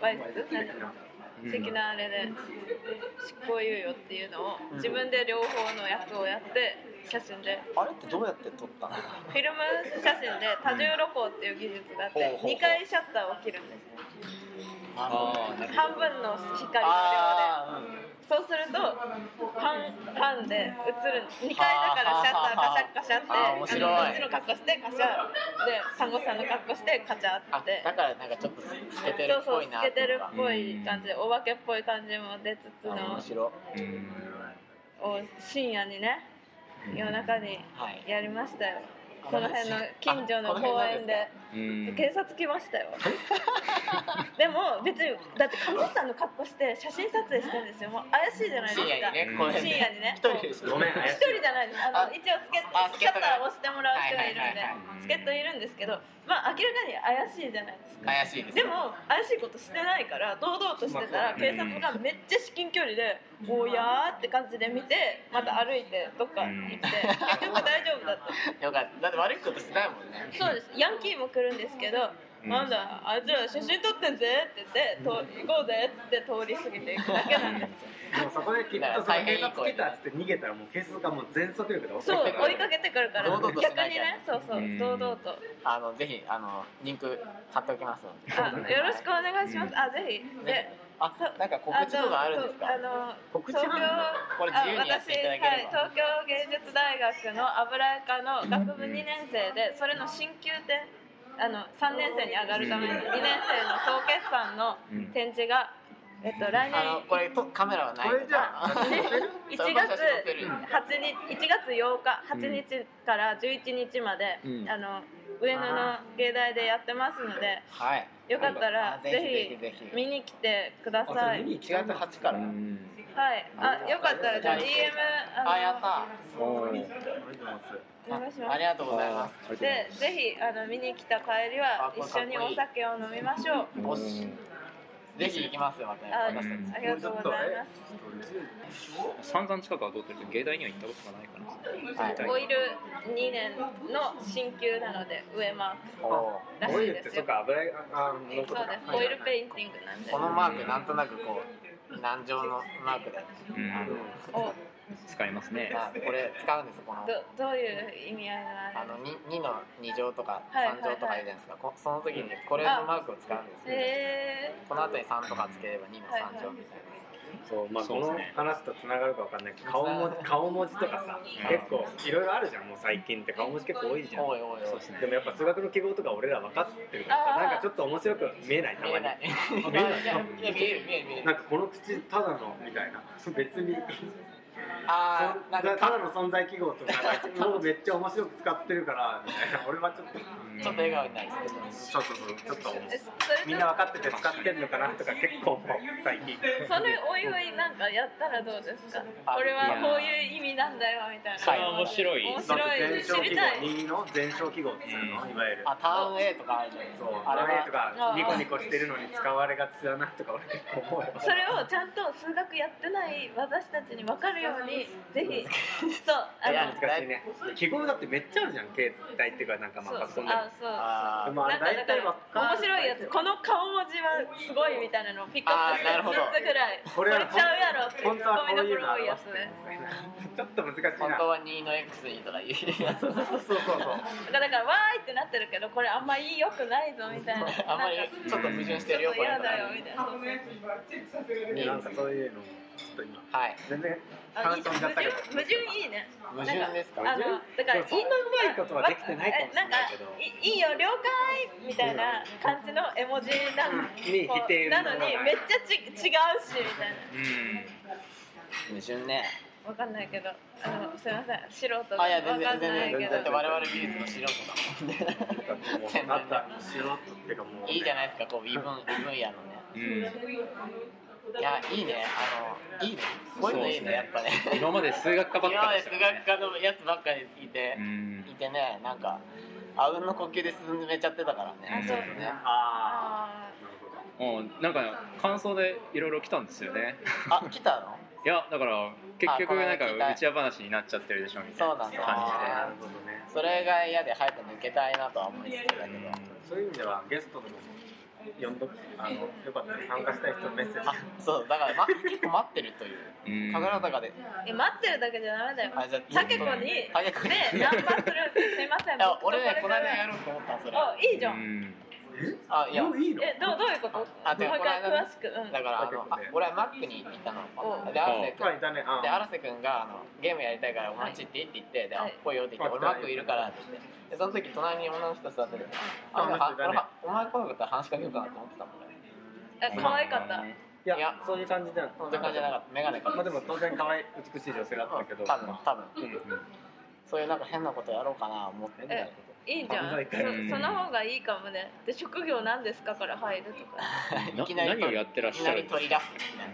Speaker 3: わいせつなんていうの的なあれで執行猶予っていうのを
Speaker 1: うん
Speaker 3: 自分で両方の役をやって写真で
Speaker 1: あれってどうやって撮ったの
Speaker 3: フィルム写真で多重露光っていう技術があっ
Speaker 1: うんほうほうほう
Speaker 3: て2回シャッターを切るんですね
Speaker 2: あーなる
Speaker 3: 半分の光の量で
Speaker 1: あ
Speaker 3: そうするとパンパンで映る2回だからシャッターカシャッカシャって
Speaker 1: あー面白い
Speaker 3: あのこっちの格好してカシャで看護師さんの格好してカチ
Speaker 1: ー
Speaker 3: ャ
Speaker 1: あ
Speaker 3: って
Speaker 1: だからなんかちょっと透けてる
Speaker 3: そ
Speaker 1: っぽ
Speaker 3: うそう
Speaker 1: い
Speaker 3: 透
Speaker 1: な
Speaker 3: け
Speaker 1: ってい
Speaker 3: てる
Speaker 1: うか
Speaker 3: っぽい感じでお化けっぽい感じも出つつ
Speaker 1: あ
Speaker 3: の
Speaker 1: 面白い
Speaker 2: うん
Speaker 3: を深夜にね夜中に
Speaker 1: はい
Speaker 3: やりましたよこの辺の近所の公園で
Speaker 2: うん
Speaker 3: 警察来ました よでも別にだって看護師さんの格好して写真撮影してるんですよもう怪しいじゃないです
Speaker 1: 深夜
Speaker 3: か
Speaker 1: にね
Speaker 2: うん
Speaker 1: この辺
Speaker 3: 深
Speaker 1: で
Speaker 3: 夜にね
Speaker 1: 一人で
Speaker 4: ごめん怪し
Speaker 3: 一人じゃないですあ
Speaker 1: あ
Speaker 3: の一応助っ
Speaker 1: あ
Speaker 3: シ
Speaker 1: 助っ
Speaker 3: ャッ
Speaker 1: 人が
Speaker 3: ターを押してもらう人がいるんで
Speaker 1: はいはいはい
Speaker 2: はい
Speaker 3: 助っ人いるんですけどまあ明らかに怪しいじゃないですか
Speaker 1: 怪しいです
Speaker 3: でも怪しいことしてないから堂々としてたら
Speaker 2: まあ
Speaker 3: 警察がめっちゃ至近距離で「おやー」って感じで見てまた歩いてどっか行って結局大丈夫だった
Speaker 1: よかっただって悪いことしてないもんね
Speaker 3: そうですヤンキーも来るんですけど「なんだあいつら写真撮ってんぜ」って言って「と行こうぜ」って言って通り過ぎていくだけなんですよ
Speaker 5: もうそこできっとその警察来たっつって逃げたらもう警察がもう全速力で追ってく
Speaker 3: そう
Speaker 5: る
Speaker 3: 追いかけてくるから
Speaker 1: 堂々
Speaker 3: 逆
Speaker 1: としな
Speaker 3: に
Speaker 1: きゃ
Speaker 3: ねそうそう
Speaker 2: うん
Speaker 3: 堂々と
Speaker 1: あのぜひあのリンク貼っておきますので
Speaker 3: あよろしくお願いしますあぜひで
Speaker 1: ねあなんか告知とかあるんですか
Speaker 3: あの
Speaker 5: 告知
Speaker 3: 東京
Speaker 5: は
Speaker 1: これ自由にやっていただければ
Speaker 3: あ私、はい、東京芸術大学の油絵科の学部2年生でそれの進級展あの3年生に上がるために2年生の総決算の
Speaker 2: うん
Speaker 3: 展示が、えっと、来年
Speaker 1: あのこれとカメラはない
Speaker 5: これじゃあ
Speaker 1: あ
Speaker 3: 1
Speaker 1: それも
Speaker 3: 月
Speaker 1: 写真載せる
Speaker 3: 8日1月8日8日から11日まで、
Speaker 2: うん
Speaker 3: あの上野の芸大でやってますので
Speaker 1: はい
Speaker 3: よかったら
Speaker 1: あ
Speaker 3: ぜひ
Speaker 1: ぜひぜ
Speaker 3: 見に来てください。
Speaker 1: ひ1月8から
Speaker 2: うん
Speaker 3: はい、あ、よかったら、じゃあ、DM、あの
Speaker 1: あやった
Speaker 2: おー
Speaker 3: お願いし
Speaker 1: あ
Speaker 3: ま
Speaker 1: りがとうございます
Speaker 2: ありがとうご
Speaker 3: す。
Speaker 2: ざい
Speaker 3: で
Speaker 2: ま、す
Speaker 3: ぜひ、あの、見に来た帰り
Speaker 1: あ、
Speaker 3: は一緒にお酒を飲みましょう。
Speaker 1: もしぜひ行きますよまた
Speaker 3: あ
Speaker 1: 私たち
Speaker 3: ありがとうございます。
Speaker 2: 散々近くはどうってるけど芸大には行ったことが
Speaker 1: は
Speaker 2: ないから
Speaker 1: い
Speaker 2: 行きた
Speaker 3: オイル2年の進級なので、上マ
Speaker 1: おー
Speaker 3: ークらし
Speaker 5: オイ
Speaker 3: い
Speaker 5: ルっ
Speaker 3: で
Speaker 5: て
Speaker 3: す
Speaker 5: そ
Speaker 3: よ。
Speaker 5: っか油絵あの
Speaker 3: そう
Speaker 5: ことか
Speaker 3: です。オイルペインティングなんで
Speaker 1: こ。のマークなんとなくこう難乗のマークであの
Speaker 3: お、
Speaker 2: 使いますね
Speaker 1: まあこれ使うんですよこの
Speaker 3: ど、どういう意味合いがあ
Speaker 1: あの
Speaker 3: る
Speaker 1: 2, 2の2乗とか
Speaker 3: はいはいは
Speaker 1: 3乗
Speaker 3: い
Speaker 1: とか言うじゃないですか、こその時にこれのマークを使うんですよ、
Speaker 3: へ
Speaker 1: この後に3とかつければ2の3乗みたい
Speaker 5: そうまあ
Speaker 2: そうです
Speaker 5: この
Speaker 2: ね
Speaker 5: 話とつながるかわかんないけど顔文字顔文字とかさ結構いろいろあるじゃんもう最近って顔文字結構多いじゃ
Speaker 1: な、
Speaker 5: ん
Speaker 1: おいおいおい
Speaker 5: でもやっぱ数学の記号とか俺ら分かってるか
Speaker 3: あー
Speaker 5: らさなんかちょっと面白く見えないた
Speaker 1: 見
Speaker 5: ま
Speaker 1: え
Speaker 5: に
Speaker 1: ない
Speaker 5: 見
Speaker 1: いやいや
Speaker 5: えない
Speaker 1: 見える見える見え
Speaker 5: な
Speaker 1: る
Speaker 5: んかこの口ただのみたいな別に
Speaker 1: ああ
Speaker 5: た
Speaker 1: なんか
Speaker 5: だの存在記号と かなんかもうめっちゃ面白く使ってるからみたいな俺はちょっと
Speaker 1: ちょっと笑顔になりそう
Speaker 5: そうそうそうちょっと
Speaker 3: ーえ。それと
Speaker 5: みんな分かってて使ってんのかなとか結構もう最近
Speaker 3: それおいおいなんかやったらどうですか
Speaker 1: あ
Speaker 3: これはこういう意味なんだよみたいな
Speaker 1: それは
Speaker 2: 面白い
Speaker 3: 面
Speaker 5: だっ
Speaker 3: 白い
Speaker 5: て前小
Speaker 3: 知
Speaker 5: 記
Speaker 3: り
Speaker 5: 号
Speaker 3: たい
Speaker 5: 右の前小記号っていうのいわゆる
Speaker 1: あターン A とかあるじゃないです
Speaker 5: そう
Speaker 1: か
Speaker 5: あ
Speaker 1: あれ
Speaker 5: れ
Speaker 1: は
Speaker 5: とかニコニコしてるのに使われがちだなとか俺結構思うよ
Speaker 3: それをちゃんと数学やってない私たちに分かるようにぜひそうあ
Speaker 1: い
Speaker 5: いや
Speaker 1: や
Speaker 3: の
Speaker 5: 難しいね記号だってめっちゃあるじゃん携帯っていうかなんかま
Speaker 3: そう
Speaker 5: あパソコンでも
Speaker 3: あそう
Speaker 1: あ
Speaker 5: で
Speaker 1: ー
Speaker 5: もあ
Speaker 3: な
Speaker 5: れ
Speaker 3: んかだか
Speaker 5: 大体わから
Speaker 3: 面白いやつこの顔文字はすごいみたいなのをピックアップして
Speaker 1: あーなるほど
Speaker 3: 3つぐらい
Speaker 5: こ
Speaker 3: こ
Speaker 5: れ
Speaker 3: れ
Speaker 5: は
Speaker 3: ちゃうやろってツ
Speaker 5: 本
Speaker 3: ッ
Speaker 5: 当は
Speaker 3: コ
Speaker 5: こ
Speaker 3: ミ
Speaker 5: う
Speaker 3: ど
Speaker 5: い
Speaker 3: こ
Speaker 5: う
Speaker 3: ろ多い
Speaker 5: のあり
Speaker 3: や
Speaker 5: ま
Speaker 3: つ
Speaker 5: す
Speaker 3: ね
Speaker 5: ちょっと難しいな
Speaker 1: 本当は2の X にとかいうやつ
Speaker 5: そうそうそうそう
Speaker 3: だからわーいってなってるけどこれあんまいいよくないぞみたいな
Speaker 1: あんまり
Speaker 3: なんか
Speaker 1: ちょっと矛盾し
Speaker 3: ち
Speaker 1: て
Speaker 3: ょ
Speaker 1: る
Speaker 3: っ
Speaker 1: よこれ
Speaker 3: と嫌
Speaker 1: とか
Speaker 3: だよみたいなそうそうそう
Speaker 5: そう なんかそういうのをちょっと今
Speaker 1: はい
Speaker 5: 全然
Speaker 3: あいい
Speaker 5: 話
Speaker 3: じゃ
Speaker 5: 飛
Speaker 3: ん
Speaker 5: んじ
Speaker 3: 矛盾
Speaker 5: ゃったけど
Speaker 3: 矛盾いいね
Speaker 1: 矛盾ですか
Speaker 3: あのだから
Speaker 5: でもそんなうまいことはできてないかもしれないけど
Speaker 3: んかいいいよ了解みたいな感じの絵文字なの
Speaker 5: に否定
Speaker 3: なのにめっちゃち違うしみたいな
Speaker 2: うん
Speaker 1: 矛盾ね
Speaker 3: わかんないけどあのすいません素人でわ
Speaker 1: あいや全
Speaker 3: かん
Speaker 1: 然全
Speaker 3: ないけ
Speaker 1: 然
Speaker 3: ど
Speaker 1: だって我々技術の素人だもんね
Speaker 5: あった素人っていうかも う
Speaker 1: いいじゃないいですかこう異分異分野のね
Speaker 2: うん
Speaker 1: いや、いいね、あの、いいね、こういうのいいね、やっぱね。
Speaker 2: 今まで数学科ばっ
Speaker 1: 今
Speaker 2: か
Speaker 1: ま
Speaker 2: り
Speaker 1: で
Speaker 2: でし
Speaker 1: 数
Speaker 2: たからね
Speaker 1: 学科のやつばっかりいて
Speaker 2: う、ん
Speaker 1: いてね、なんか、あうんの呼吸で進めちゃってたから
Speaker 3: あ
Speaker 1: ね。
Speaker 3: そう
Speaker 1: ね
Speaker 5: あ
Speaker 3: あ
Speaker 5: あなるほど
Speaker 2: もうなんか感想でいろいろ来たんですよね
Speaker 1: あ、来たの
Speaker 2: いやだから結
Speaker 1: あこ
Speaker 2: 局
Speaker 1: の
Speaker 2: なんか
Speaker 1: 聞いた
Speaker 2: 打ち合い話になっちゃってるでしょみたいな感じで
Speaker 1: そう
Speaker 5: な
Speaker 1: な
Speaker 5: るほどね
Speaker 1: それが嫌で早く抜けたいなとは思いつつだけど。
Speaker 5: そういう意味ではゲストでも呼んどあのよかったら参加したい人のメッセージ
Speaker 1: あ、そう、だから、ま、結構待ってるという。
Speaker 2: うん
Speaker 1: 神楽坂で。
Speaker 3: ーえ待ってるだけじゃダメだよ
Speaker 1: あ、じゃあ、
Speaker 3: タケコにで
Speaker 1: タケコに
Speaker 3: ナンパするすいません
Speaker 1: いや、俺ね、こ
Speaker 3: 僕と
Speaker 1: の間
Speaker 3: れか
Speaker 1: や
Speaker 3: ら
Speaker 1: ろうと思ったんそれ。
Speaker 3: おいいじゃ
Speaker 2: うんん
Speaker 1: あ、いや、
Speaker 5: もういいの
Speaker 3: えどうどういうこと
Speaker 1: あで
Speaker 3: もう一回
Speaker 1: この間
Speaker 3: 詳しくうん
Speaker 1: だから、あの、あ俺はマックに行ったの。で、アーセ
Speaker 5: あいたねあ
Speaker 1: で荒瀬君があの「ゲームやりたいからお待ちって」って言って「で
Speaker 3: は
Speaker 1: あ
Speaker 3: い
Speaker 1: 来いよ」って言って「
Speaker 5: はい
Speaker 1: 俺マックいるから」って言ってでその時隣に女の人座ってて「あ
Speaker 5: あ
Speaker 1: 俺
Speaker 5: 待ってだね
Speaker 1: はお前来なかったら話しかけようかな」と思ってたもんね
Speaker 3: え可愛かった
Speaker 5: いやそういう感じじゃん
Speaker 1: そんな感じじゃなかった眼鏡か
Speaker 5: まあ
Speaker 1: け
Speaker 5: で
Speaker 1: て
Speaker 5: も当然可愛い美しい女性だったけど
Speaker 1: 多分多分
Speaker 5: うんうん
Speaker 1: そういうなんか変なことやろうかな思ってみたいなこ
Speaker 3: いいんじゃん
Speaker 5: 考え
Speaker 3: そ
Speaker 5: て
Speaker 3: その方がいいかもねで職業なんですかから入るとか
Speaker 1: といきなり
Speaker 2: 何をやってらっ
Speaker 1: いき
Speaker 2: しゃ
Speaker 1: な
Speaker 2: る
Speaker 1: り
Speaker 2: んですか
Speaker 1: 取り出すみたいな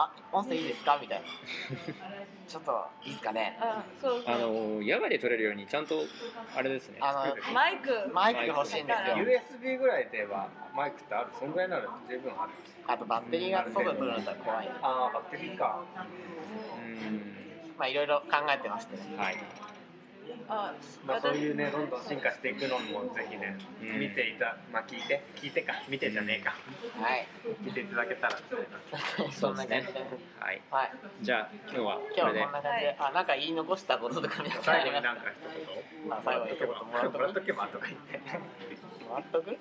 Speaker 1: あ音声いいですかみたいなちょっといいですかね
Speaker 3: あそうそ
Speaker 2: あ
Speaker 3: う
Speaker 2: の野外で撮れるようにちゃんとあれですね
Speaker 1: あの
Speaker 2: 作る
Speaker 3: マイク
Speaker 1: マイク欲しいんですよ
Speaker 5: USB ぐらいではマイクってあるそんぐらいなら十分ある
Speaker 1: あとバッテリーが外取るのと怖いな
Speaker 5: ああバッテリーか
Speaker 1: まあいろいろ考えてましてね
Speaker 2: うんはい
Speaker 3: あ
Speaker 5: まあ、そう
Speaker 3: 私
Speaker 5: いうねどんどん進化していくのもぜひね、
Speaker 2: うん
Speaker 5: 見ていたまあ聞いて聞いてか見てじゃねえか、
Speaker 1: はい
Speaker 5: 聞いていただけたらみたい な
Speaker 1: そんな感じで
Speaker 2: はい
Speaker 1: はい
Speaker 2: じゃあ今日はこ
Speaker 1: 今日
Speaker 2: れで
Speaker 1: はこんな感じで、あなんか言い残したこととか皆さんあり
Speaker 5: 最後
Speaker 1: ま
Speaker 5: に
Speaker 1: す
Speaker 5: な
Speaker 1: かあ最
Speaker 5: んか一言
Speaker 1: 後に一言もらっとく
Speaker 5: もらっとけばとか言って
Speaker 1: もらっとく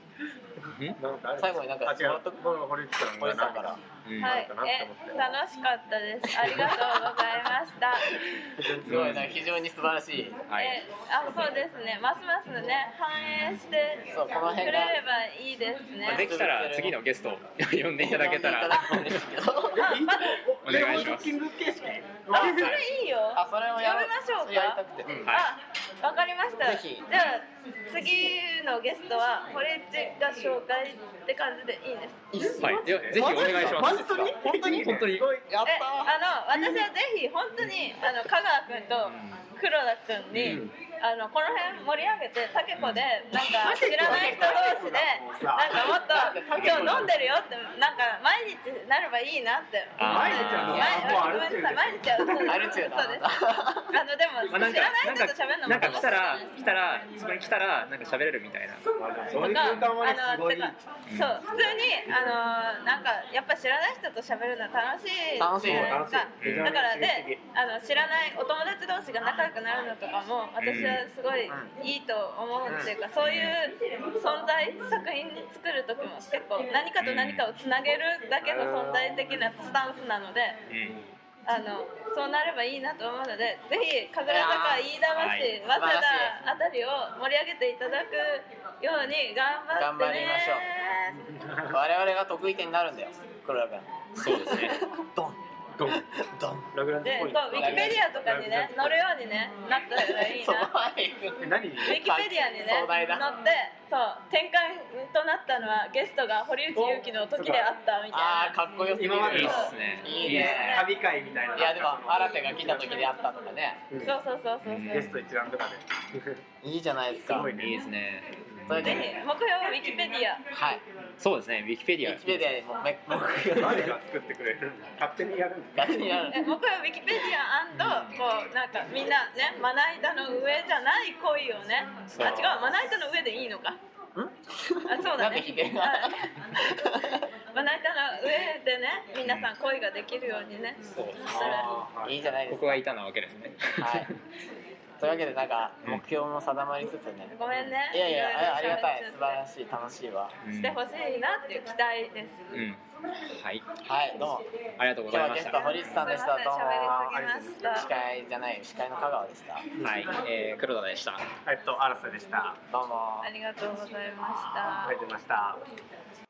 Speaker 5: なんかある
Speaker 1: 最後になんか
Speaker 5: あ違
Speaker 1: もらっと
Speaker 5: う
Speaker 1: く
Speaker 5: この堀内さん
Speaker 1: 堀
Speaker 5: が
Speaker 1: さ
Speaker 5: なんん
Speaker 1: か
Speaker 5: から
Speaker 2: うん
Speaker 3: はい、え、楽しかったです。ありがとうございま した。
Speaker 1: すごいな非常に素晴らしい
Speaker 2: はい
Speaker 3: え、あ、そうですね。ますますね、反映して
Speaker 1: そうこの
Speaker 3: くれ
Speaker 1: 辺
Speaker 3: れ
Speaker 1: が
Speaker 3: ばいいです
Speaker 2: まあで
Speaker 3: ね。
Speaker 2: きたら次のゲストを呼んでいただけたら
Speaker 1: 呼んでいただけたら嬉しいけど
Speaker 3: あ、まだ、
Speaker 2: お願いします
Speaker 5: キング形式
Speaker 3: あ、それいいよ。
Speaker 1: あそれをやろ
Speaker 3: 呼びましょうか
Speaker 1: それやりたくて、うん、
Speaker 3: あ、わかりました。
Speaker 1: ぜひ
Speaker 3: じゃあ次のゲストは堀内が紹介って感じでいいんです。
Speaker 1: いいっす
Speaker 2: はいではぜひお願いしま
Speaker 1: マジ
Speaker 2: す
Speaker 1: ですか本当に
Speaker 2: 本当に
Speaker 1: やっ
Speaker 3: え、
Speaker 1: た
Speaker 3: あの私はぜひ本当にあの香川君と黒田君に、
Speaker 2: うん
Speaker 3: あのこの辺盛り上げてタケコでなんか知らない人同士でなんかもっと今日飲んでるよってなんか毎日なればいいなって
Speaker 2: あー
Speaker 3: 毎日は毎日は
Speaker 1: ーアルチューだ
Speaker 3: そうですあのでも
Speaker 2: まあなん
Speaker 3: 知
Speaker 2: から
Speaker 3: ない
Speaker 2: なんか
Speaker 3: 人と喋るのも
Speaker 2: なんか
Speaker 3: 楽し
Speaker 2: 来
Speaker 3: いじ
Speaker 2: た
Speaker 3: ゃ
Speaker 2: ら
Speaker 3: ないで
Speaker 2: 来たらそ
Speaker 3: すか
Speaker 2: こに来たらなんか喋れるみたいな
Speaker 5: まあでも
Speaker 3: と
Speaker 5: そういう
Speaker 3: か、あ
Speaker 5: 空間はねす
Speaker 3: の
Speaker 5: ごい
Speaker 3: てかそう普通にあのなんかやっぱ知らない人と喋るのは楽しい
Speaker 1: 楽しい
Speaker 3: じゃないですか
Speaker 5: 楽しい
Speaker 3: だからであの知らないお友達同士が仲良くなるのとかも私はすごいいいと思うっていうか、そういう存在作品作る時も結構何かと何かをつなげるだけの存在的なスタンスなので。
Speaker 2: う
Speaker 3: あのそうなればいいなと思うのでぜひ神楽坂飯田
Speaker 2: い
Speaker 3: 橋早稲田あたりを盛り上げていただくように頑張ってね
Speaker 1: 頑張りましょ我々が得意点になるんだよ黒田君
Speaker 2: んそうですね
Speaker 1: ドン
Speaker 5: ドン
Speaker 1: ドン
Speaker 5: ラグランジ
Speaker 3: で
Speaker 5: ポ
Speaker 3: こ
Speaker 5: イント
Speaker 3: うウィキペディアとかにね載るようにねなったらいい
Speaker 1: その
Speaker 3: な
Speaker 1: 前に行く
Speaker 5: え何
Speaker 3: ウィキペディアにね
Speaker 1: 壮大
Speaker 3: 載って
Speaker 1: だ
Speaker 3: そう転換となったのはゲストが堀内優輝の時であったみ
Speaker 1: あ
Speaker 3: たい
Speaker 1: ー
Speaker 3: な
Speaker 1: かっこよすぎる
Speaker 5: 今まで
Speaker 2: いい
Speaker 1: い
Speaker 2: っ
Speaker 5: の
Speaker 2: すね
Speaker 1: いね
Speaker 5: 旅会みたいない
Speaker 1: やでも荒瀬が来た時であったとかね
Speaker 5: うん
Speaker 3: そうそうそうそう
Speaker 2: うん
Speaker 5: ゲスト一覧とかで
Speaker 1: いいじゃないですか
Speaker 5: すごいね
Speaker 2: いいですね
Speaker 1: それ
Speaker 3: ぜ
Speaker 1: で
Speaker 3: ひ目標はウィキペディア
Speaker 1: はい
Speaker 2: そうですねウィキペディ
Speaker 1: ウ
Speaker 2: ア
Speaker 1: ィキペディアでもうめ目標
Speaker 5: 誰が作ってくれる勝手にやるんだ
Speaker 1: ガチになる
Speaker 3: え僕はウィキペディアこうなんかみんなねまな板の上じゃない恋をね
Speaker 2: そう
Speaker 3: あ違うまな板の上でいいのかあそう
Speaker 1: なんで
Speaker 3: だね
Speaker 1: ひでが
Speaker 3: はい まな板の上でね皆さん恋ができるようにね
Speaker 2: そう
Speaker 3: したら
Speaker 5: あーはい
Speaker 1: いじゃないで
Speaker 2: こ
Speaker 1: すか
Speaker 2: こがいたなわけですね
Speaker 1: はいというわけでなんか目標も定まりつつね
Speaker 3: ごめんね
Speaker 1: いやいやああり
Speaker 3: ろ
Speaker 1: が
Speaker 3: ろ
Speaker 1: た
Speaker 3: 喋
Speaker 1: い
Speaker 3: っ
Speaker 1: 素
Speaker 3: ちゃって
Speaker 1: 晴らしい楽しいわ
Speaker 2: うん
Speaker 3: してほしいなっていう期待です
Speaker 2: うんはい
Speaker 1: はいどうも
Speaker 2: ありがとうご
Speaker 1: 今日
Speaker 2: ざい
Speaker 1: は
Speaker 2: ま
Speaker 1: ゲ
Speaker 2: し
Speaker 1: ス
Speaker 2: た
Speaker 1: ト堀内さんでした
Speaker 3: すい
Speaker 1: どう
Speaker 3: ませ
Speaker 1: も
Speaker 3: ん喋りすぎま
Speaker 1: 司
Speaker 3: した
Speaker 1: 会じゃない司会の香川でした
Speaker 2: はい、えー、黒田でした
Speaker 5: えっと、アラサでした。
Speaker 1: どうも
Speaker 3: ありがとうございました
Speaker 5: ありがとうございました。